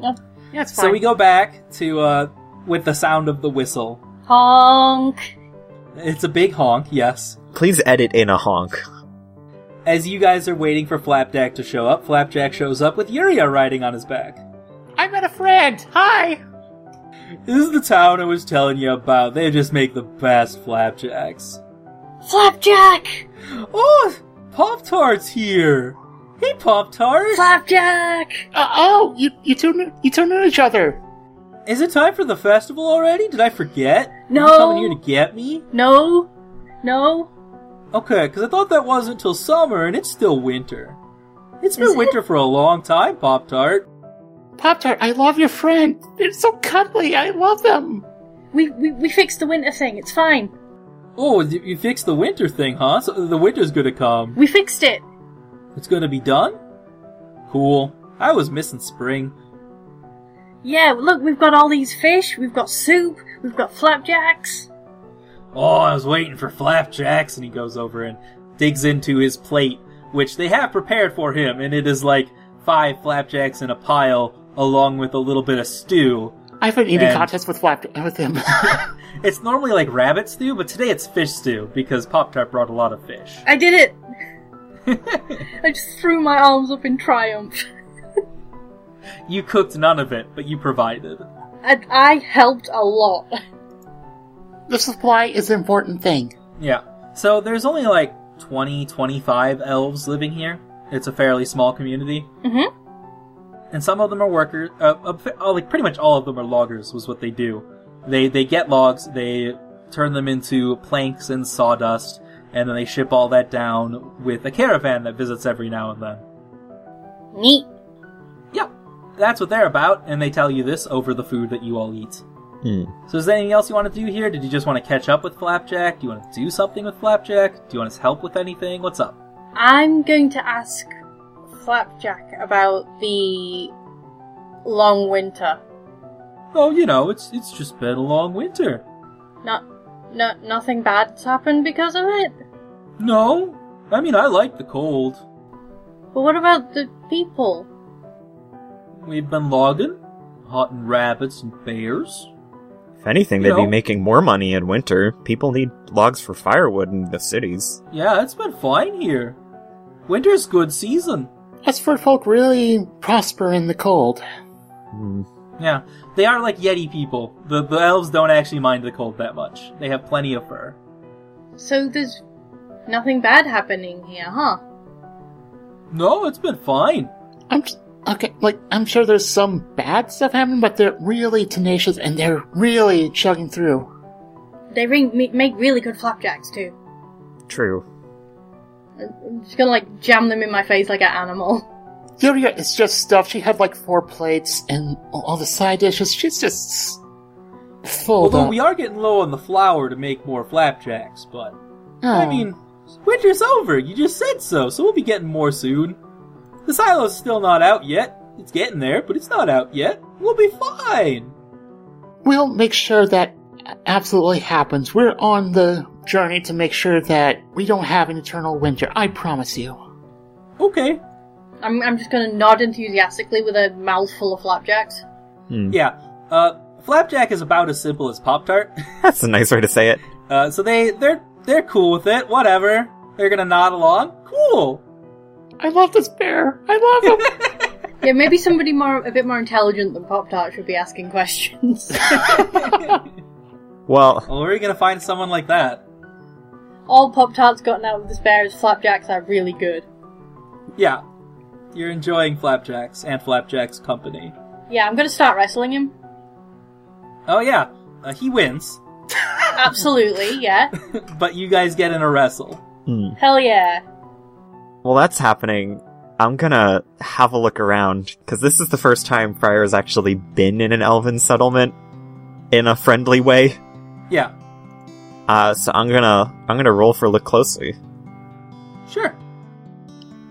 Speaker 5: Yeah, it's fine.
Speaker 2: So we go back to uh, with the sound of the whistle.
Speaker 4: Honk.
Speaker 2: It's a big honk, yes.
Speaker 3: Please edit in a honk.
Speaker 2: As you guys are waiting for Flapjack to show up, Flapjack shows up with Yuria riding on his back.
Speaker 5: I met a friend. Hi.
Speaker 2: This is the town I was telling you about. They just make the best flapjacks.
Speaker 4: Flapjack!
Speaker 2: Oh, Pop Tart's here! Hey, Pop Tart!
Speaker 4: Flapjack!
Speaker 5: Uh, oh, you you two knew, you two knew each other.
Speaker 2: Is it time for the festival already? Did I forget?
Speaker 4: No.
Speaker 2: You coming here to get me?
Speaker 4: No. No.
Speaker 2: Okay, because I thought that wasn't till summer, and it's still winter. It's been
Speaker 4: Is it?
Speaker 2: winter for a long time, Pop Tart.
Speaker 5: Pop Tart, I love your friend. They're so cuddly. I love them.
Speaker 4: We, we, we fixed the winter thing. It's fine.
Speaker 2: Oh, you you fixed the winter thing, huh? So the winter's gonna come.
Speaker 4: We fixed it.
Speaker 2: It's gonna be done? Cool. I was missing spring.
Speaker 4: Yeah, look, we've got all these fish, we've got soup, we've got flapjacks.
Speaker 2: Oh, I was waiting for flapjacks, and he goes over and digs into his plate, which they have prepared for him, and it is like five flapjacks in a pile, along with a little bit of stew.
Speaker 5: I have an eating
Speaker 2: And-
Speaker 5: contest with Flap with him.
Speaker 2: It's normally like rabbit stew, but today it's fish stew because Pop Tart brought a lot of fish.
Speaker 4: I did it! I just threw my arms up in triumph.
Speaker 2: You cooked none of it, but you provided.
Speaker 4: And I helped a lot.
Speaker 5: *laughs* the supply is an important thing.
Speaker 2: Yeah. So there's only like 20, 25 elves living here. It's a fairly small community.
Speaker 4: Mhm.
Speaker 2: And some of them are workers. Uh, uh, fa- uh, like pretty much all of them are loggers. Was what they do. They they get logs. They turn them into planks and sawdust, and then they ship all that down with a caravan that visits every now and then.
Speaker 4: Neat.
Speaker 2: Yeah, that's what they're about. And they tell you this over the food that you all eat.
Speaker 3: Hmm.
Speaker 2: So is there anything else you want to do here? Did you just want to catch up with Flapjack? Do you want to do something with Flapjack? Do you want his help with anything? What's up?
Speaker 4: I'm going to ask Flapjack about the long winter.
Speaker 2: Oh, you know, it's it's just been a long winter.
Speaker 4: Not, not nothing bad's happened because of it.
Speaker 2: No, I mean I like the cold.
Speaker 4: But what about the people?
Speaker 2: We've been logging, hunting rabbits and bears.
Speaker 3: If anything,
Speaker 2: You
Speaker 3: they'd be
Speaker 2: know.
Speaker 3: making more money in winter. People need logs for firewood in the cities.
Speaker 2: Yeah, it's been fine here. Winter's good season.
Speaker 5: Hesford folk really prosper in the cold.
Speaker 3: Hmm.
Speaker 2: Yeah, they are like Yeti people. The the elves don't actually mind the cold that much. They have plenty of fur.
Speaker 4: So there's nothing bad happening here, huh?
Speaker 2: No, it's been fine.
Speaker 5: I'm s- okay. Like I'm sure there's some bad stuff happening, but they're really tenacious and they're really chugging through.
Speaker 4: They re- ma- make really good flapjacks too.
Speaker 3: True.
Speaker 4: I'm just gonna like jam them in my face like an animal.
Speaker 5: Yuria is just stuffed. She had like four plates and all the side dishes. She's just s- full.
Speaker 2: Although
Speaker 5: up.
Speaker 2: we are getting low on the flour to make more flapjacks, but I
Speaker 5: Oh.
Speaker 2: mean, winter's over. You just said so, so we'll be getting more soon. The silo's still not out yet. It's getting there, but it's not out yet. We'll be fine.
Speaker 5: Oh, We'll make sure that absolutely happens. We're on the journey to make sure that we don't have an eternal winter. I promise you.
Speaker 2: Okay.
Speaker 4: I'm, I'm just gonna nod enthusiastically with a mouthful of flapjacks.
Speaker 3: Hmm.
Speaker 2: Yeah. Uh, flapjack is about as simple as Pop Tart.
Speaker 3: That's a nice way to say it.
Speaker 2: *laughs* Uh, so they they're they're cool with it. Whatever. They're gonna nod along. Cool.
Speaker 5: I love this bear. I love
Speaker 2: *laughs*
Speaker 5: him.
Speaker 4: Yeah, maybe somebody more a bit more intelligent than Pop Tart should be asking questions.
Speaker 3: Well,
Speaker 2: Well, where are you gonna find someone like that?
Speaker 4: All Pop Tart's gotten out of this bear is flapjacks are really good.
Speaker 2: Yeah. You're enjoying flapjacks and flapjacks company.
Speaker 4: Yeah, I'm gonna start wrestling him.
Speaker 2: Oh yeah. Uh, he wins,
Speaker 4: Absolutely, yeah.
Speaker 2: but you guys get in a wrestle.
Speaker 3: hmm.
Speaker 4: Hell yeah.
Speaker 3: well, that's happening. I'm gonna have a look around because this is the first time Friar's actually been in an elven settlement in a friendly way.
Speaker 2: Yeah.
Speaker 3: Uh, so I'm gonna I'm gonna roll for look closely.
Speaker 2: Sure.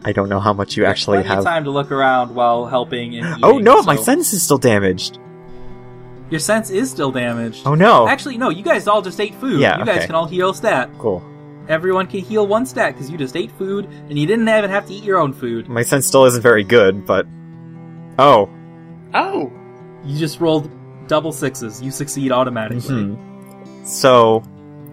Speaker 3: I don't know how much you actually
Speaker 2: Plenty of
Speaker 3: have.
Speaker 2: time to look around while helping and eating,
Speaker 3: Oh no, my
Speaker 2: so-
Speaker 3: sense is still damaged.
Speaker 2: Your sense is still damaged.
Speaker 3: Oh no.
Speaker 2: Actually, no. You guys all just ate food.
Speaker 3: Yeah,
Speaker 2: You guys
Speaker 3: okay.
Speaker 2: can all heal a stat.
Speaker 3: cool.
Speaker 2: Everyone can heal one stat because you just ate food and you didn't even have to eat your own food.
Speaker 3: My sense still isn't very good, but oh,
Speaker 5: Oh,
Speaker 2: You just rolled double sixes. You succeed automatically.
Speaker 3: mhm. so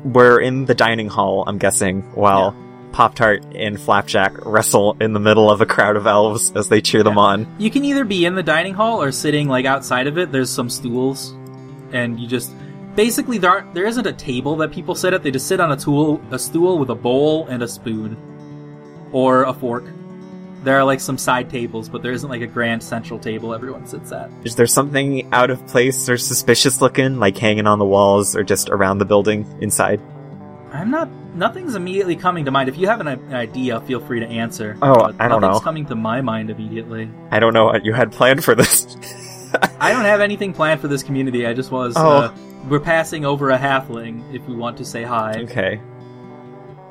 Speaker 3: we're in the dining hall. I'm guessing while Pop Tart and Flapjack wrestle in the middle of a crowd of elves as they cheer them
Speaker 2: Yeah.
Speaker 3: on.
Speaker 2: You can either be in the dining hall or sitting like outside of it. There's some stools, and you just basically there aren't, there isn't a table that people sit at. They just sit on a tool a stool with a bowl and a spoon, or a fork. There are like some side tables, but there isn't like a grand central table everyone sits at.
Speaker 3: Is there something out of place or suspicious looking, like hanging on the walls or just around the building inside?
Speaker 2: I'm not. Nothing's immediately coming to mind. If you have an, i- an idea, feel free to answer.
Speaker 3: Oh, I don't
Speaker 2: nothing's
Speaker 3: know.
Speaker 2: coming to my mind immediately.
Speaker 3: I don't know what you had planned for *laughs* this.
Speaker 2: I don't have anything planned for this community. I just was.
Speaker 3: Oh.
Speaker 2: Uh, we're passing over a halfling if we want to say hi.
Speaker 3: okay.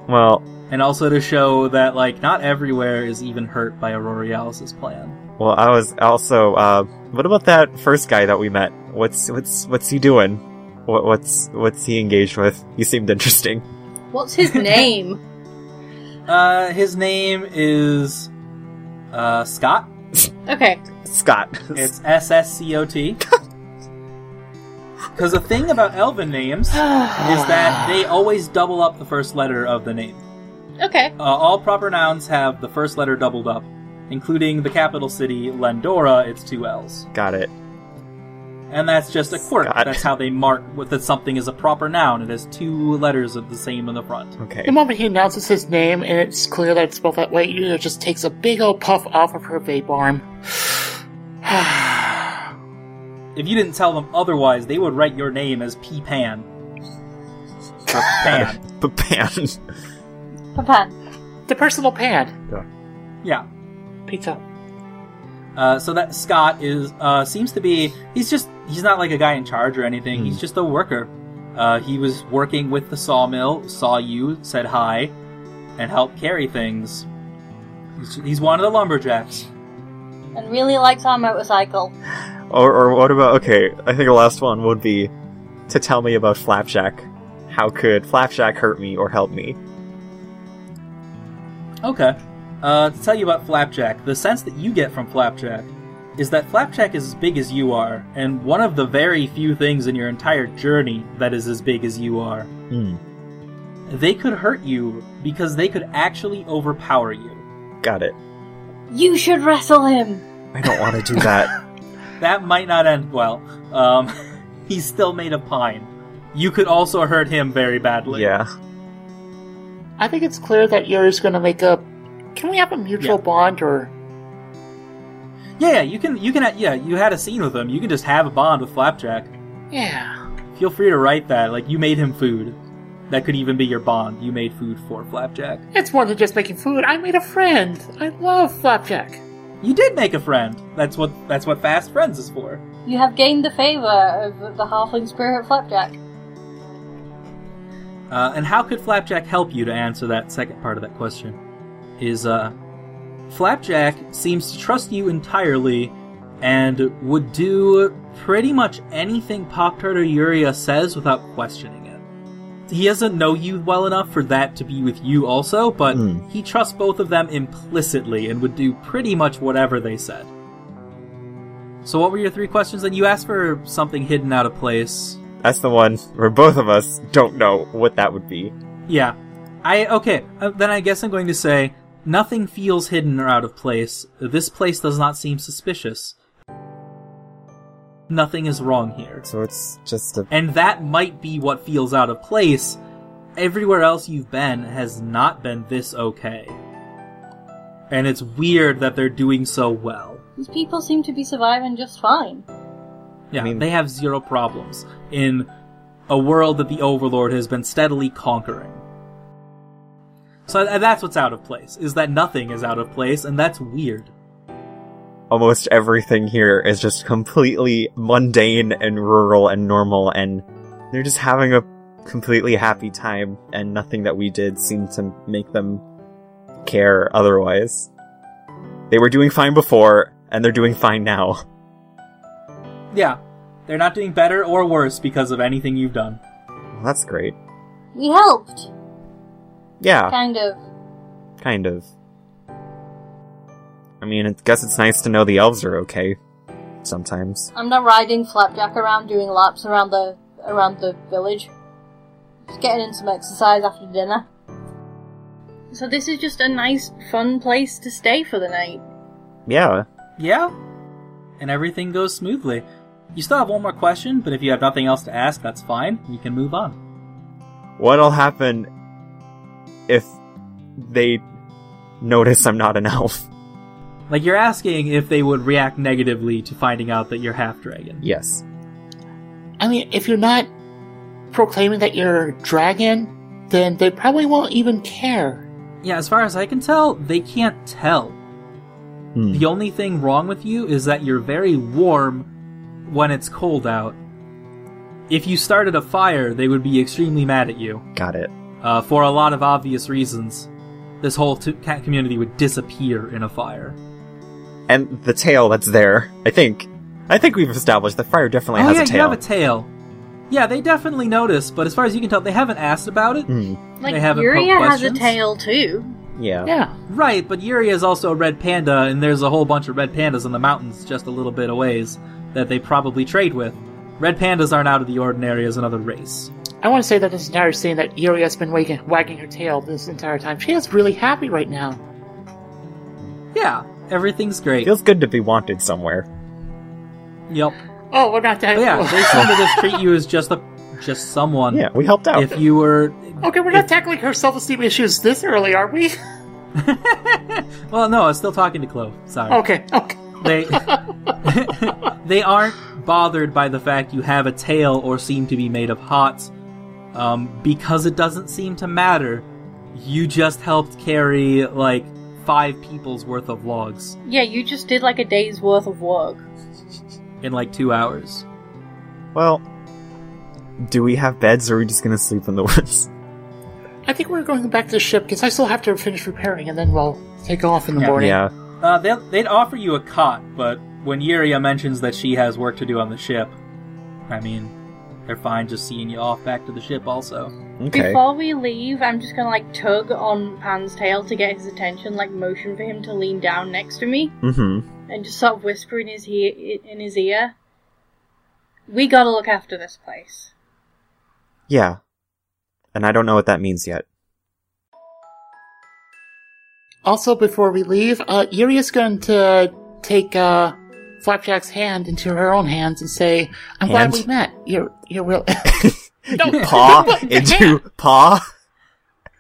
Speaker 3: Well,
Speaker 2: and also to show that like not everywhere is even hurt by Aurorialis's plan.
Speaker 3: Well, I was also. Uh, what about that first guy that we met? What's what's what's he doing? What, what's what's he engaged with? He seemed interesting.
Speaker 4: What's his name?
Speaker 2: Uh, his name is uh, Scott.
Speaker 4: okay.
Speaker 3: Scott.
Speaker 2: It's S S C O
Speaker 3: *laughs*
Speaker 2: T. Because the thing about elven
Speaker 3: *sighs*
Speaker 2: names is that they always double up the first letter of the name.
Speaker 4: Okay.
Speaker 2: Uh, all proper nouns have the first letter doubled up, including the capital city Landora. It's two L's,
Speaker 3: Got it.
Speaker 2: and that's just a quirk.
Speaker 3: Scott.
Speaker 2: That's how they mark what- that something is a proper noun. It has two letters of the same in the front.
Speaker 3: Okay.
Speaker 5: the moment he announces his name and it's clear that it's spelled that way, Yuya just takes a big old puff off of her vape arm. *sighs*
Speaker 2: If you didn't tell them otherwise, they would write your name as P Pan. Or Pan.
Speaker 3: But Pan.
Speaker 4: Papan.
Speaker 5: the personal pan.
Speaker 2: *laughs* Yeah.
Speaker 5: Pizza.
Speaker 2: Uh, so that Scott is uh, seems to be he's just he's not like a guy in charge or anything. He's just a worker. Uh, he was working with the sawmill, saw you, said hi, and helped carry things. He's, he's one of the lumberjacks.
Speaker 4: And really likes our motorcycle.
Speaker 3: Or or what about? Okay, I think the last one would be to tell me about Flapjack. How could Flapjack hurt me or help me?
Speaker 2: Okay. Uh, to tell you about Flapjack, the sense that you get from Flapjack is that Flapjack is as big as you are, and one of the very few things in your entire journey that is as big as you are.
Speaker 3: Hmm.
Speaker 2: They could hurt you because they could actually overpower you.
Speaker 3: Got it.
Speaker 4: You should wrestle him.
Speaker 3: I don't want to do *laughs* that.
Speaker 2: That might not end well. Um, *laughs* he's still made of pine. You could also hurt him very badly.
Speaker 3: yeah.
Speaker 5: I think it's clear that Yuri's gonna make a. Can we have a mutual
Speaker 2: Yeah.
Speaker 5: bond or.
Speaker 2: Yeah, yeah, you can, you can, yeah, you had a scene with him. You can just have a bond with Flapjack.
Speaker 5: Yeah.
Speaker 2: Feel free to write that. Like, you made him food. That could even be your bond. You made food for Flapjack.
Speaker 5: It's more than just making food. I made a friend. I love Flapjack.
Speaker 2: You did make a friend. That's what that's what fast friends is for.
Speaker 4: You have gained the favour of the halfling spirit Flapjack.
Speaker 2: Uh, and how could Flapjack help you to answer that second part of that question? Is uh, Flapjack seems to trust you entirely and would do pretty much anything Pop Tart or Yuria says without questioning it. He doesn't know you well enough for that to be with you also, but
Speaker 3: Mm.
Speaker 2: he trusts both of them implicitly and would do pretty much whatever they said. So, what were your three questions? Then you asked for something hidden out of place.
Speaker 3: That's the one where both of us don't know what that would be.
Speaker 2: Yeah. I okay. Uh, then I guess I'm going to say nothing feels hidden or out of place. This place does not seem suspicious. Nothing is wrong here.
Speaker 3: So it's just a
Speaker 2: And that might be what feels out of place. Everywhere else you've been has not been this okay. And it's weird that they're doing so well.
Speaker 4: These people seem to be surviving just fine.
Speaker 2: Yeah,
Speaker 3: I mean-
Speaker 2: they have zero problems in a world that the Overlord has been steadily conquering. So th- that's what's out of place, is that nothing is out of place, and that's weird.
Speaker 3: almost everything here is just completely mundane and rural and normal and they're just having a completely happy time and nothing that we did seemed to make them care otherwise. They were doing fine before, and they're doing fine now.
Speaker 2: Yeah. They're not doing better or worse because of anything you've done.
Speaker 3: Well, that's great.
Speaker 4: We helped,
Speaker 3: Yeah,
Speaker 4: kind of.
Speaker 3: kind of. I mean, I guess it's nice to know the elves are okay. Sometimes.
Speaker 4: I'm not riding Flapjack around doing laps around the around the village. Just getting in some exercise after dinner. So this is just a nice, fun place to stay for the night.
Speaker 3: Yeah.
Speaker 2: Yeah. And everything goes smoothly. You still have one more question, but if you have nothing else to ask, that's fine. You can move on.
Speaker 3: What'll happen if they notice I'm not an elf?
Speaker 2: Like, you're asking if they would react negatively to finding out that you're half dragon.
Speaker 3: Yes.
Speaker 5: I mean, if you're not proclaiming that you're a dragon, then they probably won't even care.
Speaker 2: Yeah, as far as I can tell, they can't tell.
Speaker 3: Hmm.
Speaker 2: The only thing wrong with you is that you're very warm when it's cold out. If you started a fire, they would be extremely mad at you.
Speaker 3: Got it.
Speaker 2: uh, for a lot of obvious reasons. This whole t- cat community would disappear in a fire.
Speaker 3: And the tail that's there, I think. I think we've established that fire definitely
Speaker 2: oh
Speaker 3: has
Speaker 2: yeah,
Speaker 3: a
Speaker 2: you
Speaker 3: tail.
Speaker 2: have a tail. Yeah, they definitely noticed, but as far as you can tell, they haven't asked about it.
Speaker 3: Hmm.
Speaker 4: Like
Speaker 2: They haven't
Speaker 4: Yuria
Speaker 2: poked
Speaker 4: has a
Speaker 2: questions?
Speaker 4: tail too.
Speaker 3: Yeah.
Speaker 5: Yeah.
Speaker 2: Right, but Yuri is also a red panda, and there's a whole bunch of red pandas in the mountains just a little bit a ways that they probably trade with. Red pandas aren't out of the ordinary as another race.
Speaker 5: I want to say that this entire scene that Yuri has been wagging, wagging her tail this entire time. She is really happy right now.
Speaker 2: Yeah, everything's great.
Speaker 3: Feels good to be wanted somewhere.
Speaker 2: Yep.
Speaker 5: Oh, we're not that.
Speaker 2: But yeah, they seem to just treat you as just a just someone.
Speaker 3: Yeah, Oh. we helped out.
Speaker 2: Um, If you were *laughs*
Speaker 5: okay, we're not tackling her self-esteem issues this early, are we?
Speaker 2: well, no, I was still talking to Clove. Sorry.
Speaker 5: Okay. Okay.
Speaker 2: they *laughs* they aren't bothered by the fact you have a tail or seem to be made of hot um, because it doesn't seem to matter you just helped carry like five people's worth of logs
Speaker 4: Yeah, you just did like a day's worth of work.
Speaker 2: in like two hours
Speaker 3: Well, do we have beds or are we just gonna sleep in the *laughs* woods?
Speaker 5: I think we're going back to the ship because I still have to finish repairing, and then we'll take off in the
Speaker 2: Yeah.
Speaker 5: morning.
Speaker 3: Yeah.
Speaker 2: uh, they'll, they'd offer you a cot but when Yuria mentions that she has work to do on the ship i mean they're fine just seeing you off back to the ship also
Speaker 3: Okay.
Speaker 4: Before we leave, I'm just gonna like tug on Pan's tail to get his attention, like motion for him to lean down next to me,
Speaker 3: Mm-hmm.
Speaker 4: and just sort of whisper in his ear. In his ear, we gotta look after this place.
Speaker 3: Yeah. And I don't know what that means yet.
Speaker 5: Also, before we leave, uh, Yuri is going to take uh, Flapjack's hand into her own hands and say, "I'm
Speaker 3: Hand?
Speaker 5: glad we met. You're you're
Speaker 3: *laughs*
Speaker 5: real." *laughs*
Speaker 3: You
Speaker 2: *laughs*
Speaker 3: paw into paw.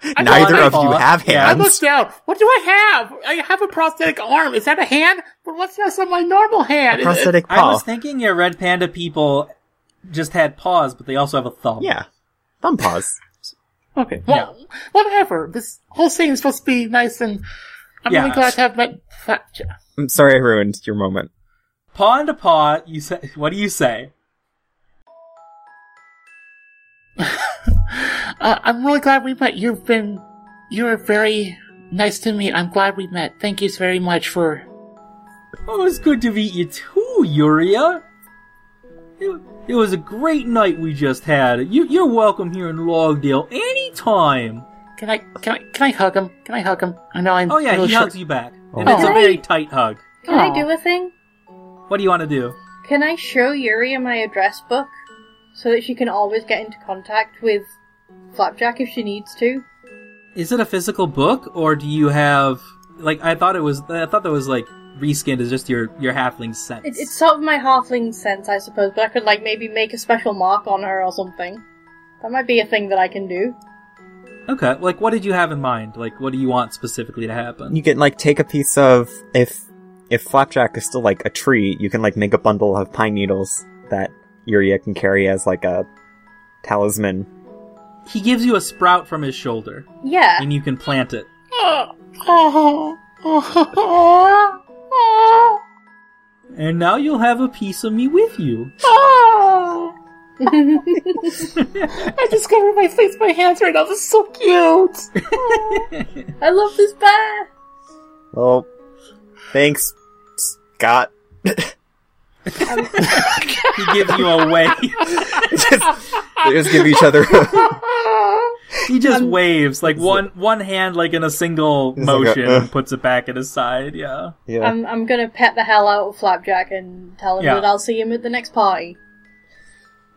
Speaker 3: Neither
Speaker 2: I
Speaker 3: of you
Speaker 2: paw.
Speaker 3: have
Speaker 2: Yeah,
Speaker 5: I
Speaker 3: hands.
Speaker 5: looked down. What do I have? I have a prosthetic arm. Is that a hand? But what's that on my normal hand?
Speaker 3: A prosthetic
Speaker 2: i
Speaker 3: paw.
Speaker 2: was thinking your red panda people just had paws but they also have a thumb
Speaker 3: Yeah. Thumb paws.
Speaker 5: Okay. Well, whatever. This whole scene is supposed to be nice, and I'm
Speaker 2: Yeah.
Speaker 5: really glad to have met Flapjack.
Speaker 3: I'm sorry I ruined your moment.
Speaker 2: paw into paw. You say, *laughs* what do you say?
Speaker 5: Uh, I'm really glad we met. You've been, you're very nice to me. I'm glad we met. Thank you very much for.
Speaker 2: Oh, it's good to meet you too, Yuria. It, it was a great night we just had. You, you're welcome here in Logdale anytime.
Speaker 5: Can I can I can I hug him? Can I hug him? I know I'm.
Speaker 2: Oh yeah,
Speaker 5: really
Speaker 2: he
Speaker 5: short-
Speaker 2: hugs you back, and
Speaker 3: Oh.
Speaker 2: it's a very tight hug.
Speaker 4: Can
Speaker 5: Aw.
Speaker 4: I do a thing?
Speaker 2: What do you want to do?
Speaker 4: Can I show Yuria my address book so that she can always get into contact with Flapjack if she needs to?
Speaker 2: Is it a physical book, or do you have like I thought it was? I thought that was like reskinned as just your your halfling sense.
Speaker 4: It, it's sort of my halfling sense, I suppose, but I could like maybe make a special mark on her or something. That might be a thing that I can do.
Speaker 2: okay. Like, what did you have in mind? Like, what do you want specifically to happen?
Speaker 3: You can like take a piece of if if flapjack is still like a tree, you can like make a bundle of pine needles that Yuria can carry as like a talisman.
Speaker 2: He gives you a sprout from his shoulder,
Speaker 4: Yeah.
Speaker 2: and
Speaker 4: *laughs*
Speaker 2: you can plant it.
Speaker 5: Oh, oh, oh, oh, oh,
Speaker 2: And now you'll have a piece of me with you.
Speaker 5: oh. I just covered my face by hands right now. This is so cute.
Speaker 4: I love this bear.
Speaker 3: Well, thanks, Scott. *laughs*
Speaker 2: He gives you a wave. *laughs*
Speaker 3: They just give each other
Speaker 2: He just
Speaker 4: Um,
Speaker 2: waves like one one hand, like in a single
Speaker 3: It's like a,
Speaker 2: motion,
Speaker 3: uh.
Speaker 2: and puts it back at his side. Yeah.
Speaker 3: yeah.
Speaker 4: I'm I'm gonna pet the hell out of Flapjack and tell him
Speaker 2: Yeah.
Speaker 4: that I'll see him at the next party.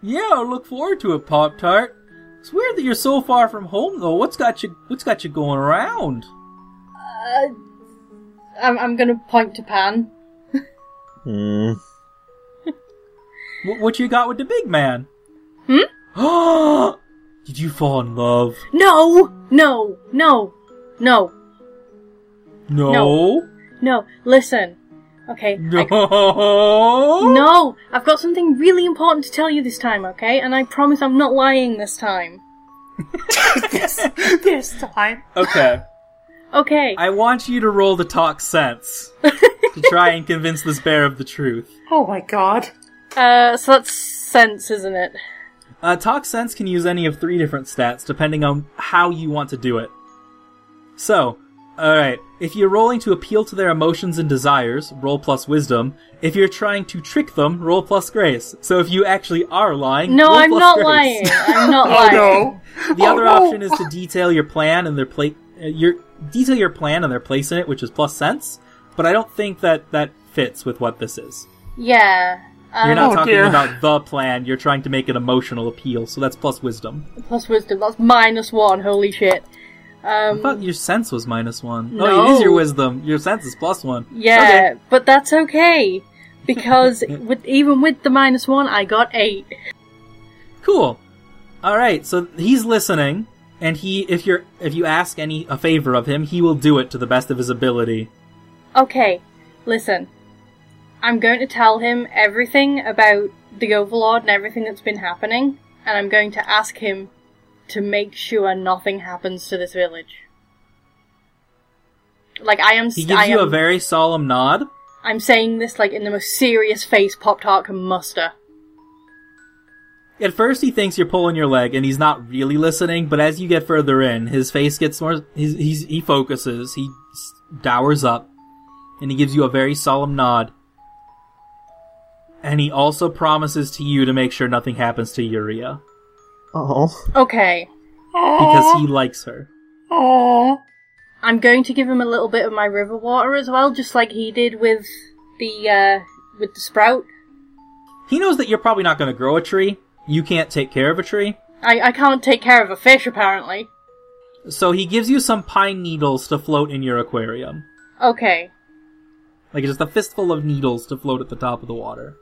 Speaker 2: Yeah, I look forward to it, Pop Tart. It's weird that you're so far from home, though. What's got you? What's got you going around?
Speaker 4: Uh, I'm I'm gonna point to Pan.
Speaker 3: Hmm.
Speaker 2: What, what you got with the big man?
Speaker 4: Hmm?
Speaker 2: Hmm. *gasps* Did you fall in love?
Speaker 4: No, no, no, no,
Speaker 2: No.
Speaker 4: No. no. Listen, okay.
Speaker 2: No.
Speaker 4: I-
Speaker 2: *laughs*
Speaker 4: no, I've got something really important to tell you this time, okay? And I promise I'm not lying this time.
Speaker 5: this, this time.
Speaker 2: Okay.
Speaker 4: Okay.
Speaker 2: I want you to roll the talk *laughs* sense to try and convince this bear of the truth.
Speaker 5: Oh my god.
Speaker 4: Uh, so that's sense, isn't it?
Speaker 2: Uh, talk sense can use any of three different stats depending on how you want to do it. So, alright, if you're rolling to appeal to their emotions and desires, roll plus wisdom. If you're trying to trick them, roll plus grace. So if you actually are lying,
Speaker 4: No,
Speaker 2: roll
Speaker 4: I'm
Speaker 2: plus
Speaker 4: not
Speaker 2: grace.
Speaker 4: lying. *laughs* I'm not
Speaker 5: Oh
Speaker 4: lying.
Speaker 5: no.
Speaker 2: *laughs* The
Speaker 5: Oh,
Speaker 2: other
Speaker 5: no.
Speaker 2: option is to detail your plan and their pla- uh, your detail your plan and their place in it, which is plus sense. But I don't think that that fits with what this is.
Speaker 4: Yeah. Um,
Speaker 2: You're not
Speaker 5: Oh,
Speaker 2: talking
Speaker 5: dear.
Speaker 2: about the plan. You're trying to make an emotional appeal, so that's plus wisdom.
Speaker 4: plus wisdom. That's minus one. Holy shit.
Speaker 2: I
Speaker 4: Um,
Speaker 2: thought your sense was minus one.
Speaker 4: No.
Speaker 2: No, it is your wisdom. Your sense is plus one.
Speaker 4: yeah, but that's okay because *laughs* with even with the minus one, I got eight.
Speaker 2: Cool. All right. So he's listening, and he, if you're, if you ask any a favor of him, he will do it to the best of his ability.
Speaker 4: Okay, listen. I'm going to tell him everything about the Overlord and everything that's been happening, and I'm going to ask him to make sure nothing happens to this village. Like I am,
Speaker 2: He
Speaker 4: st-
Speaker 2: gives
Speaker 4: I
Speaker 2: you
Speaker 4: am
Speaker 2: a very solemn nod.
Speaker 4: I'm saying this like in the most serious face Pop Tart can muster.
Speaker 2: At first, he thinks you're pulling your leg, and he's not really listening. But as you get further in, his face gets more. He's, he's he focuses. He s- dowers up, and he gives you a very solemn nod. And he also promises to you to make sure nothing happens to Uria.
Speaker 3: Oh.
Speaker 4: Okay,
Speaker 2: because he likes her.
Speaker 5: Oh.
Speaker 4: I'm going to give him a little bit of my river water as well, just like he did with the uh, with the sprout.
Speaker 2: He knows that you're probably not going to grow a tree. You can't take care of a tree.
Speaker 4: I, I can't take care of a fish apparently.
Speaker 2: So he gives you some pine needles to float in your aquarium.
Speaker 4: Okay,
Speaker 2: Like just a fistful of needles to float at the top of the water.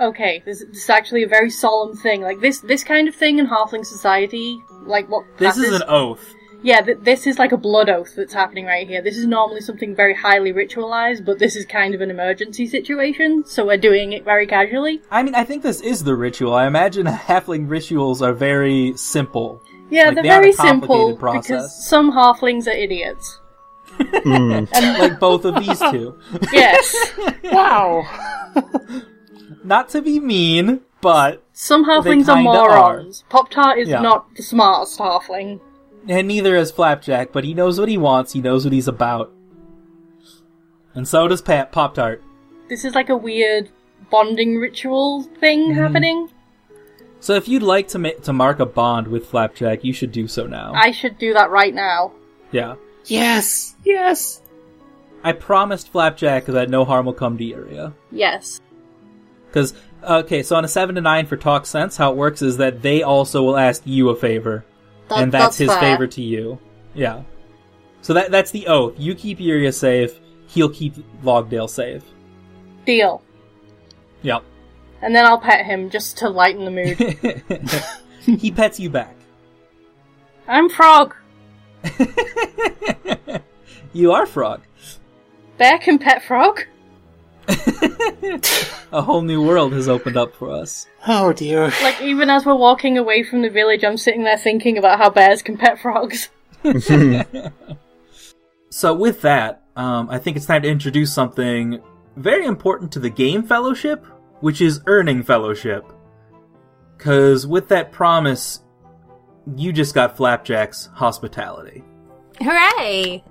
Speaker 4: Okay, this, this is actually a very solemn thing. Like this, this kind of thing in halfling society, like what
Speaker 2: This
Speaker 4: passes-
Speaker 2: is an oath.
Speaker 4: yeah, th- this is like a blood oath that's happening right here. This is normally something very highly ritualized, but this is kind of an emergency situation, so we're doing it very casually.
Speaker 2: I mean, I think this is the ritual. I imagine *laughs* halfling rituals are very simple.
Speaker 4: Yeah,
Speaker 2: Like,
Speaker 4: they're
Speaker 2: they have a
Speaker 4: very
Speaker 2: complicated
Speaker 4: simple
Speaker 2: process.
Speaker 4: because some halflings are
Speaker 2: *laughs*
Speaker 4: idiots.
Speaker 2: Like both of these two.
Speaker 4: Yes,
Speaker 5: Wow.
Speaker 2: Not to be mean, but
Speaker 4: some halflings are
Speaker 2: kinda
Speaker 4: morons. Pop Tart is
Speaker 2: Yeah.
Speaker 4: not the smartest halfling.
Speaker 2: and neither is Flapjack, but he knows what he wants, he knows what he's about. And so does Pat Pop Tart.
Speaker 4: This is like a weird bonding ritual thing
Speaker 2: Mm-hmm.
Speaker 4: happening.
Speaker 2: So if you'd like to ma- to mark a bond with Flapjack, you should do so now.
Speaker 4: I should do that right now.
Speaker 2: yeah.
Speaker 5: Yes. Yes.
Speaker 2: I promised Flapjack that no harm will come to Area.
Speaker 4: Yes.
Speaker 2: Because, okay, so on a 7 to 9 for Talk Sense, how it works is that they also will ask you a favor.
Speaker 4: That-
Speaker 2: and that's, his
Speaker 4: fair.
Speaker 2: favor to you. Yeah. So that that's the oath. You keep Area safe, he'll keep Logdale safe.
Speaker 4: Deal.
Speaker 2: Yep. *laughs*
Speaker 4: And then I'll pet him just to lighten the mood.
Speaker 2: he pets you back. *laughs*
Speaker 4: I'm Frog.
Speaker 2: You are Frog.
Speaker 4: Bear can pet Frog?
Speaker 2: A whole new world has opened up for us.
Speaker 5: Oh dear.
Speaker 4: Like, even as we're walking away from the village, I'm sitting there thinking about how bears can pet frogs.
Speaker 2: So with that, um, I think it's time to introduce something very important to the game fellowship, which is earning fellowship. Because with that promise, you just got Flapjack's hospitality.
Speaker 6: Hooray!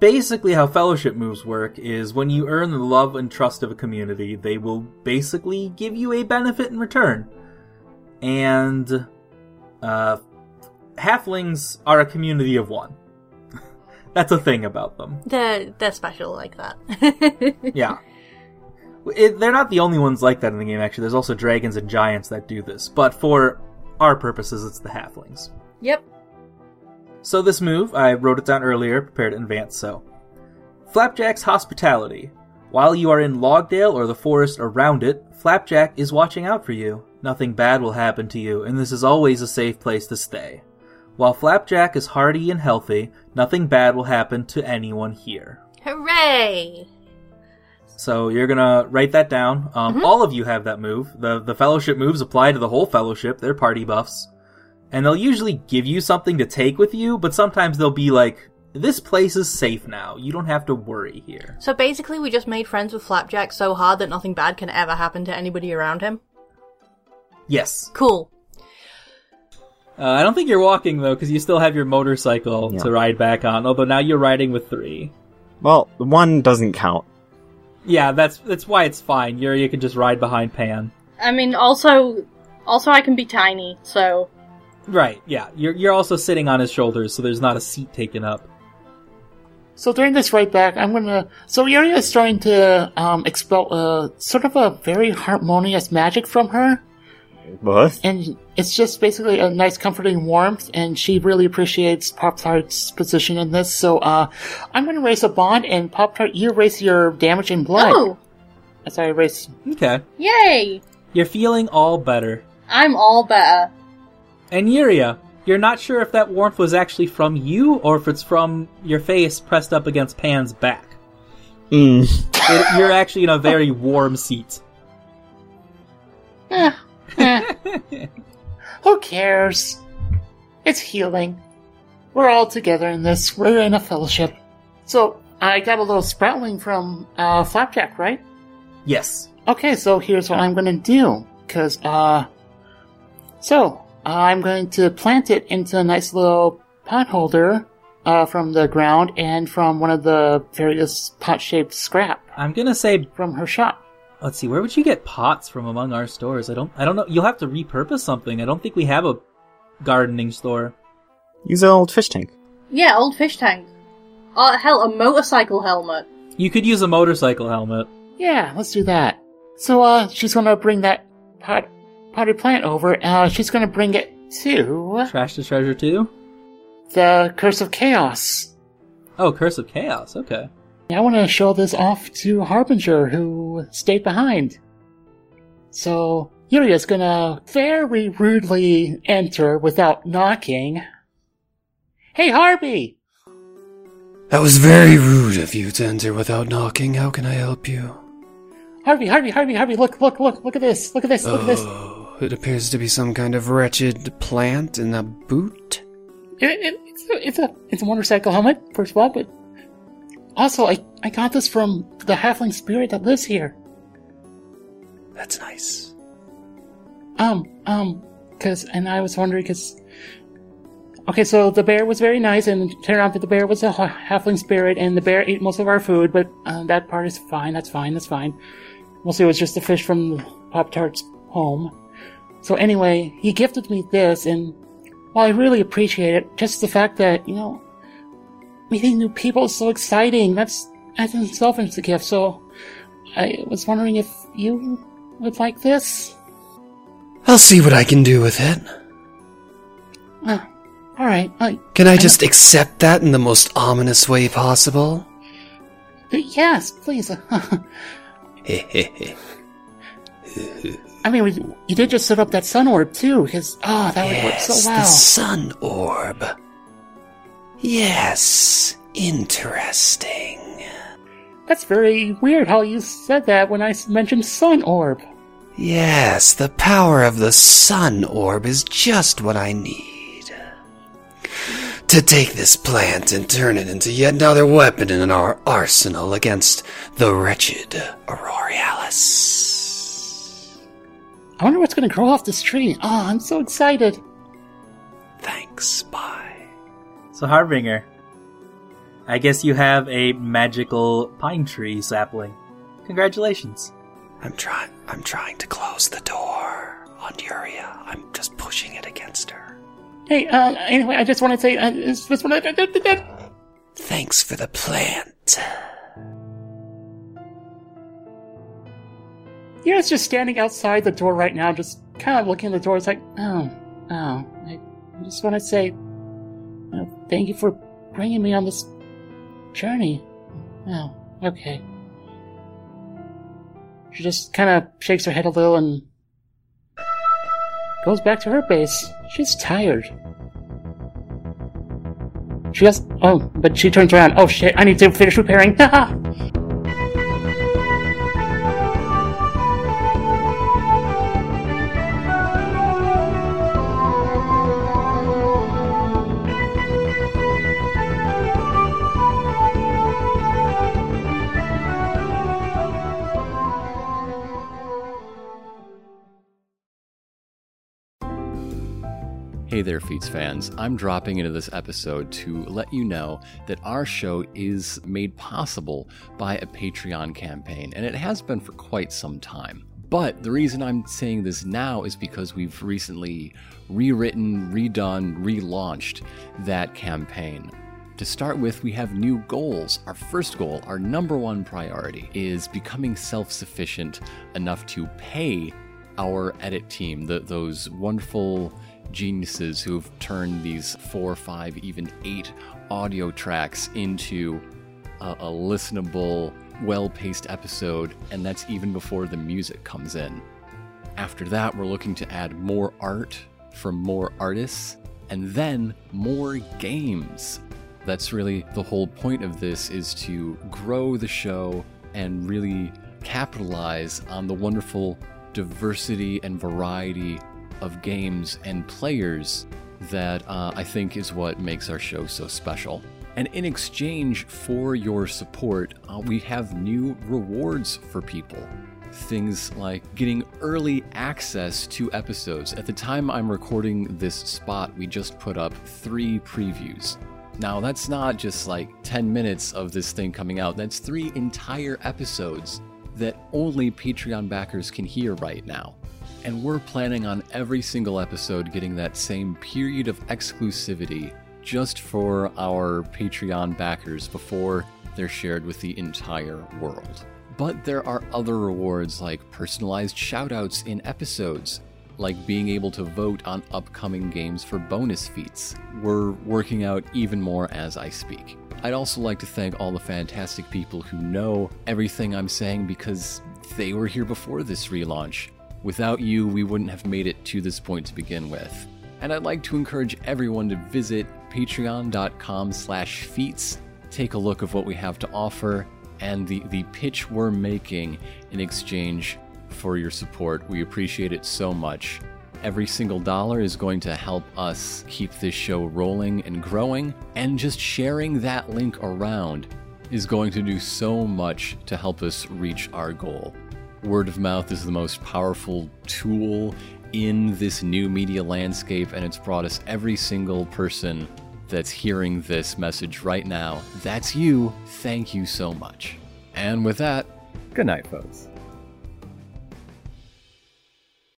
Speaker 2: basically how fellowship moves work is when you earn the love and trust of a community they will basically give you a benefit in return and uh, halflings are a community of one *laughs* that's a thing about them
Speaker 6: They're, they're special like that. *laughs*
Speaker 2: yeah it, they're not the only ones like that in the game actually there's also dragons and giants that do this but for our purposes it's the halflings
Speaker 4: Yep.
Speaker 2: So this move, I wrote it down earlier, prepared it in advance, so. Flapjack's Hospitality. While you are in Logdale or the forest around it, Flapjack is watching out for you. Nothing bad will happen to you, and this is always a safe place to stay. While Flapjack is hearty and healthy, nothing bad will happen to anyone here.
Speaker 6: Hooray!
Speaker 2: So you're gonna write that down. Um, All of you have that move. the The fellowship moves apply to the whole fellowship. They're party buffs, and they'll usually give you something to take with you. But sometimes they'll be like, "This place is safe now. You don't have to worry here."
Speaker 6: So basically, we just made friends with Flapjack so hard that nothing bad can ever happen to anybody around him.
Speaker 2: Yes,
Speaker 6: Cool.
Speaker 2: uh, I don't think you're walking though, because you still have your motorcycle
Speaker 3: Yeah.
Speaker 2: to ride back on. Although now you're riding with three.
Speaker 3: Well, one doesn't count.
Speaker 2: Yeah, that's that's why it's fine. You're you can just ride behind Pan.
Speaker 4: I mean, also, also I can be tiny, so
Speaker 2: Right. Yeah. You're you're also sitting on his shoulders, so there's not a seat taken up.
Speaker 5: So during this right back, I'm gonna. So Yuria is starting to um, expel uh, sort of a very harmonious magic from her,
Speaker 3: What?
Speaker 5: and it's just basically a nice, comforting warmth. And she really appreciates Pop Tart's position in this. So uh, I'm gonna raise a bond, and Pop Tart, you raise your damage in blood.
Speaker 4: oh,
Speaker 5: As I erase.
Speaker 2: Okay.
Speaker 4: yay!
Speaker 2: You're feeling all better.
Speaker 4: I'm all better.
Speaker 2: And Yuria, you're not sure if that warmth was actually from you or if it's from your face pressed up against Pan's back.
Speaker 3: Mm.
Speaker 2: It- you're actually in a very warm seat.
Speaker 5: Who cares? It's healing. We're all together in this. We're in a fellowship. So I got a little sprouting from uh, Flapjack, right?
Speaker 2: Yes.
Speaker 5: Okay, so here's what I'm gonna do. Cause, uh. So, I'm going to plant it into a nice little pot holder, uh, from the ground and from one of the various pot shaped scrap
Speaker 2: I'm gonna say
Speaker 5: from her shop.
Speaker 2: let's see, where would you get pots from among our stores? I don't I don't know you'll have to repurpose something. I don't think we have a gardening store.
Speaker 3: Use an old fish tank.
Speaker 4: Yeah, old fish tank. Oh hell, a motorcycle helmet.
Speaker 2: You could use a motorcycle helmet.
Speaker 5: Yeah, let's do that. So, uh, she's gonna bring that pot, potted plant over, uh, she's gonna bring it to
Speaker 2: Trash to treasure too?
Speaker 5: the Curse of Chaos.
Speaker 2: Oh, Curse of Chaos, okay.
Speaker 5: I want to show this off to Harbinger, who stayed behind. So, Yuria's gonna very rudely enter without knocking. Hey, Harvey!
Speaker 1: That was very rude of you to enter without knocking. How can I help you?
Speaker 5: Harvey, Harvey, Harvey, Harvey, look, look, look, look at this, look at this, look at this.
Speaker 1: Oh, it appears to be some kind of wretched plant in a boot.
Speaker 5: It- it- it's, a, it's, a, it's a motorcycle helmet, first of all, but also, I, I got this from the halfling spirit that lives here.
Speaker 1: That's nice.
Speaker 5: Um, um, cause, and I was wondering, cause, okay, so the bear was very nice, and it turned out that the bear was a ha- halfling spirit, and the bear ate most of our food, but uh, that part is fine, that's fine, that's fine. Mostly it was just the fish from Pop Tart's home. So anyway, he gifted me this, and while I really appreciate it, just the fact that, you know, meeting new people is so exciting, that's, that's in itself is a gift, so I was wondering if you would like this?
Speaker 1: I'll see what I can do with it.
Speaker 5: Uh, all right. Uh,
Speaker 1: Can I just accept that in the most ominous way possible? *laughs*
Speaker 5: yes, please. *laughs*
Speaker 1: Hehehe.
Speaker 5: I mean, we, you did just set up that sun orb too, because oh, that would work
Speaker 1: yes,
Speaker 5: so well.
Speaker 1: the sun orb. Yes, interesting.
Speaker 5: That's very weird how you said that when I s- mentioned sun orb.
Speaker 1: Yes, the power of the sun orb is just what I need. To take this plant and turn it into yet another weapon in our arsenal against the wretched Aurorialis.
Speaker 5: I wonder what's going to grow off this tree. Oh, I'm so excited.
Speaker 1: Thanks, spy.
Speaker 2: So Harbinger, I guess you have a magical pine tree sapling. Congratulations.
Speaker 1: I'm trying. I'm trying to close the door on Yuria. I'm just pushing it against her.
Speaker 5: Hey, uh, anyway, I just want to say, uh, I just want to.
Speaker 1: Thanks for the plant.
Speaker 5: Yura's just standing outside the door right now, just kind of looking at the door. It's like, oh, oh. I, I just want to say, you know, thank you for bringing me on this journey. Oh, okay. She just kind of shakes her head a little and goes back to her base. She's tired. She goes, oh, but she turns around. Oh shit, I need to finish repairing. *laughs* Haha!
Speaker 1: Hey there, Feats fans. I'm dropping into this episode to let you know that our show is made possible by a Patreon campaign, and it has been for quite some time. But the reason I'm saying this now is because we've recently rewritten, redone, relaunched that campaign. To start with, we have new goals. Our first goal, our number one priority, is becoming self sufficient enough to pay our edit team, th those wonderful geniuses who've turned these four, five, even eight audio tracks into a, a listenable, well paced episode, and that's even before the music comes in. After that, we're looking to add more art from more artists and then more games. That's really the whole point of this is to grow the show and really capitalize on the wonderful diversity and variety of games and players that uh, I think is what makes our show so special. And in exchange for your support, uh, we have new rewards for people. Things like getting early access to episodes. At the time I'm recording this spot, we just put up three previews. Now, that's not just like 10 minutes of this thing coming out, that's three entire episodes that only Patreon backers can hear right now. And we're planning on every single episode getting that same period of exclusivity just for our Patreon backers before they're shared with the entire world. But there are other rewards like personalized shoutouts in episodes, like being able to vote on upcoming games for bonus feats. We're working out even more as I speak. I'd also like to thank all the fantastic people who know everything I'm saying because they were here before this relaunch. Without you, we wouldn't have made it to this point to begin with. And I'd like to encourage everyone to visit patreon.com slash feats, take a look of what we have to offer, and the, the pitch we're making in exchange for your support. We appreciate it so much. Every single dollar is going to help us keep this show rolling and growing, and just sharing that link around is going to do so much to help us reach our goal. Word of mouth is the most powerful tool in this new media landscape, and it's brought us every single person that's hearing this message right now. That's you. Thank you so much. And with that, good night, folks.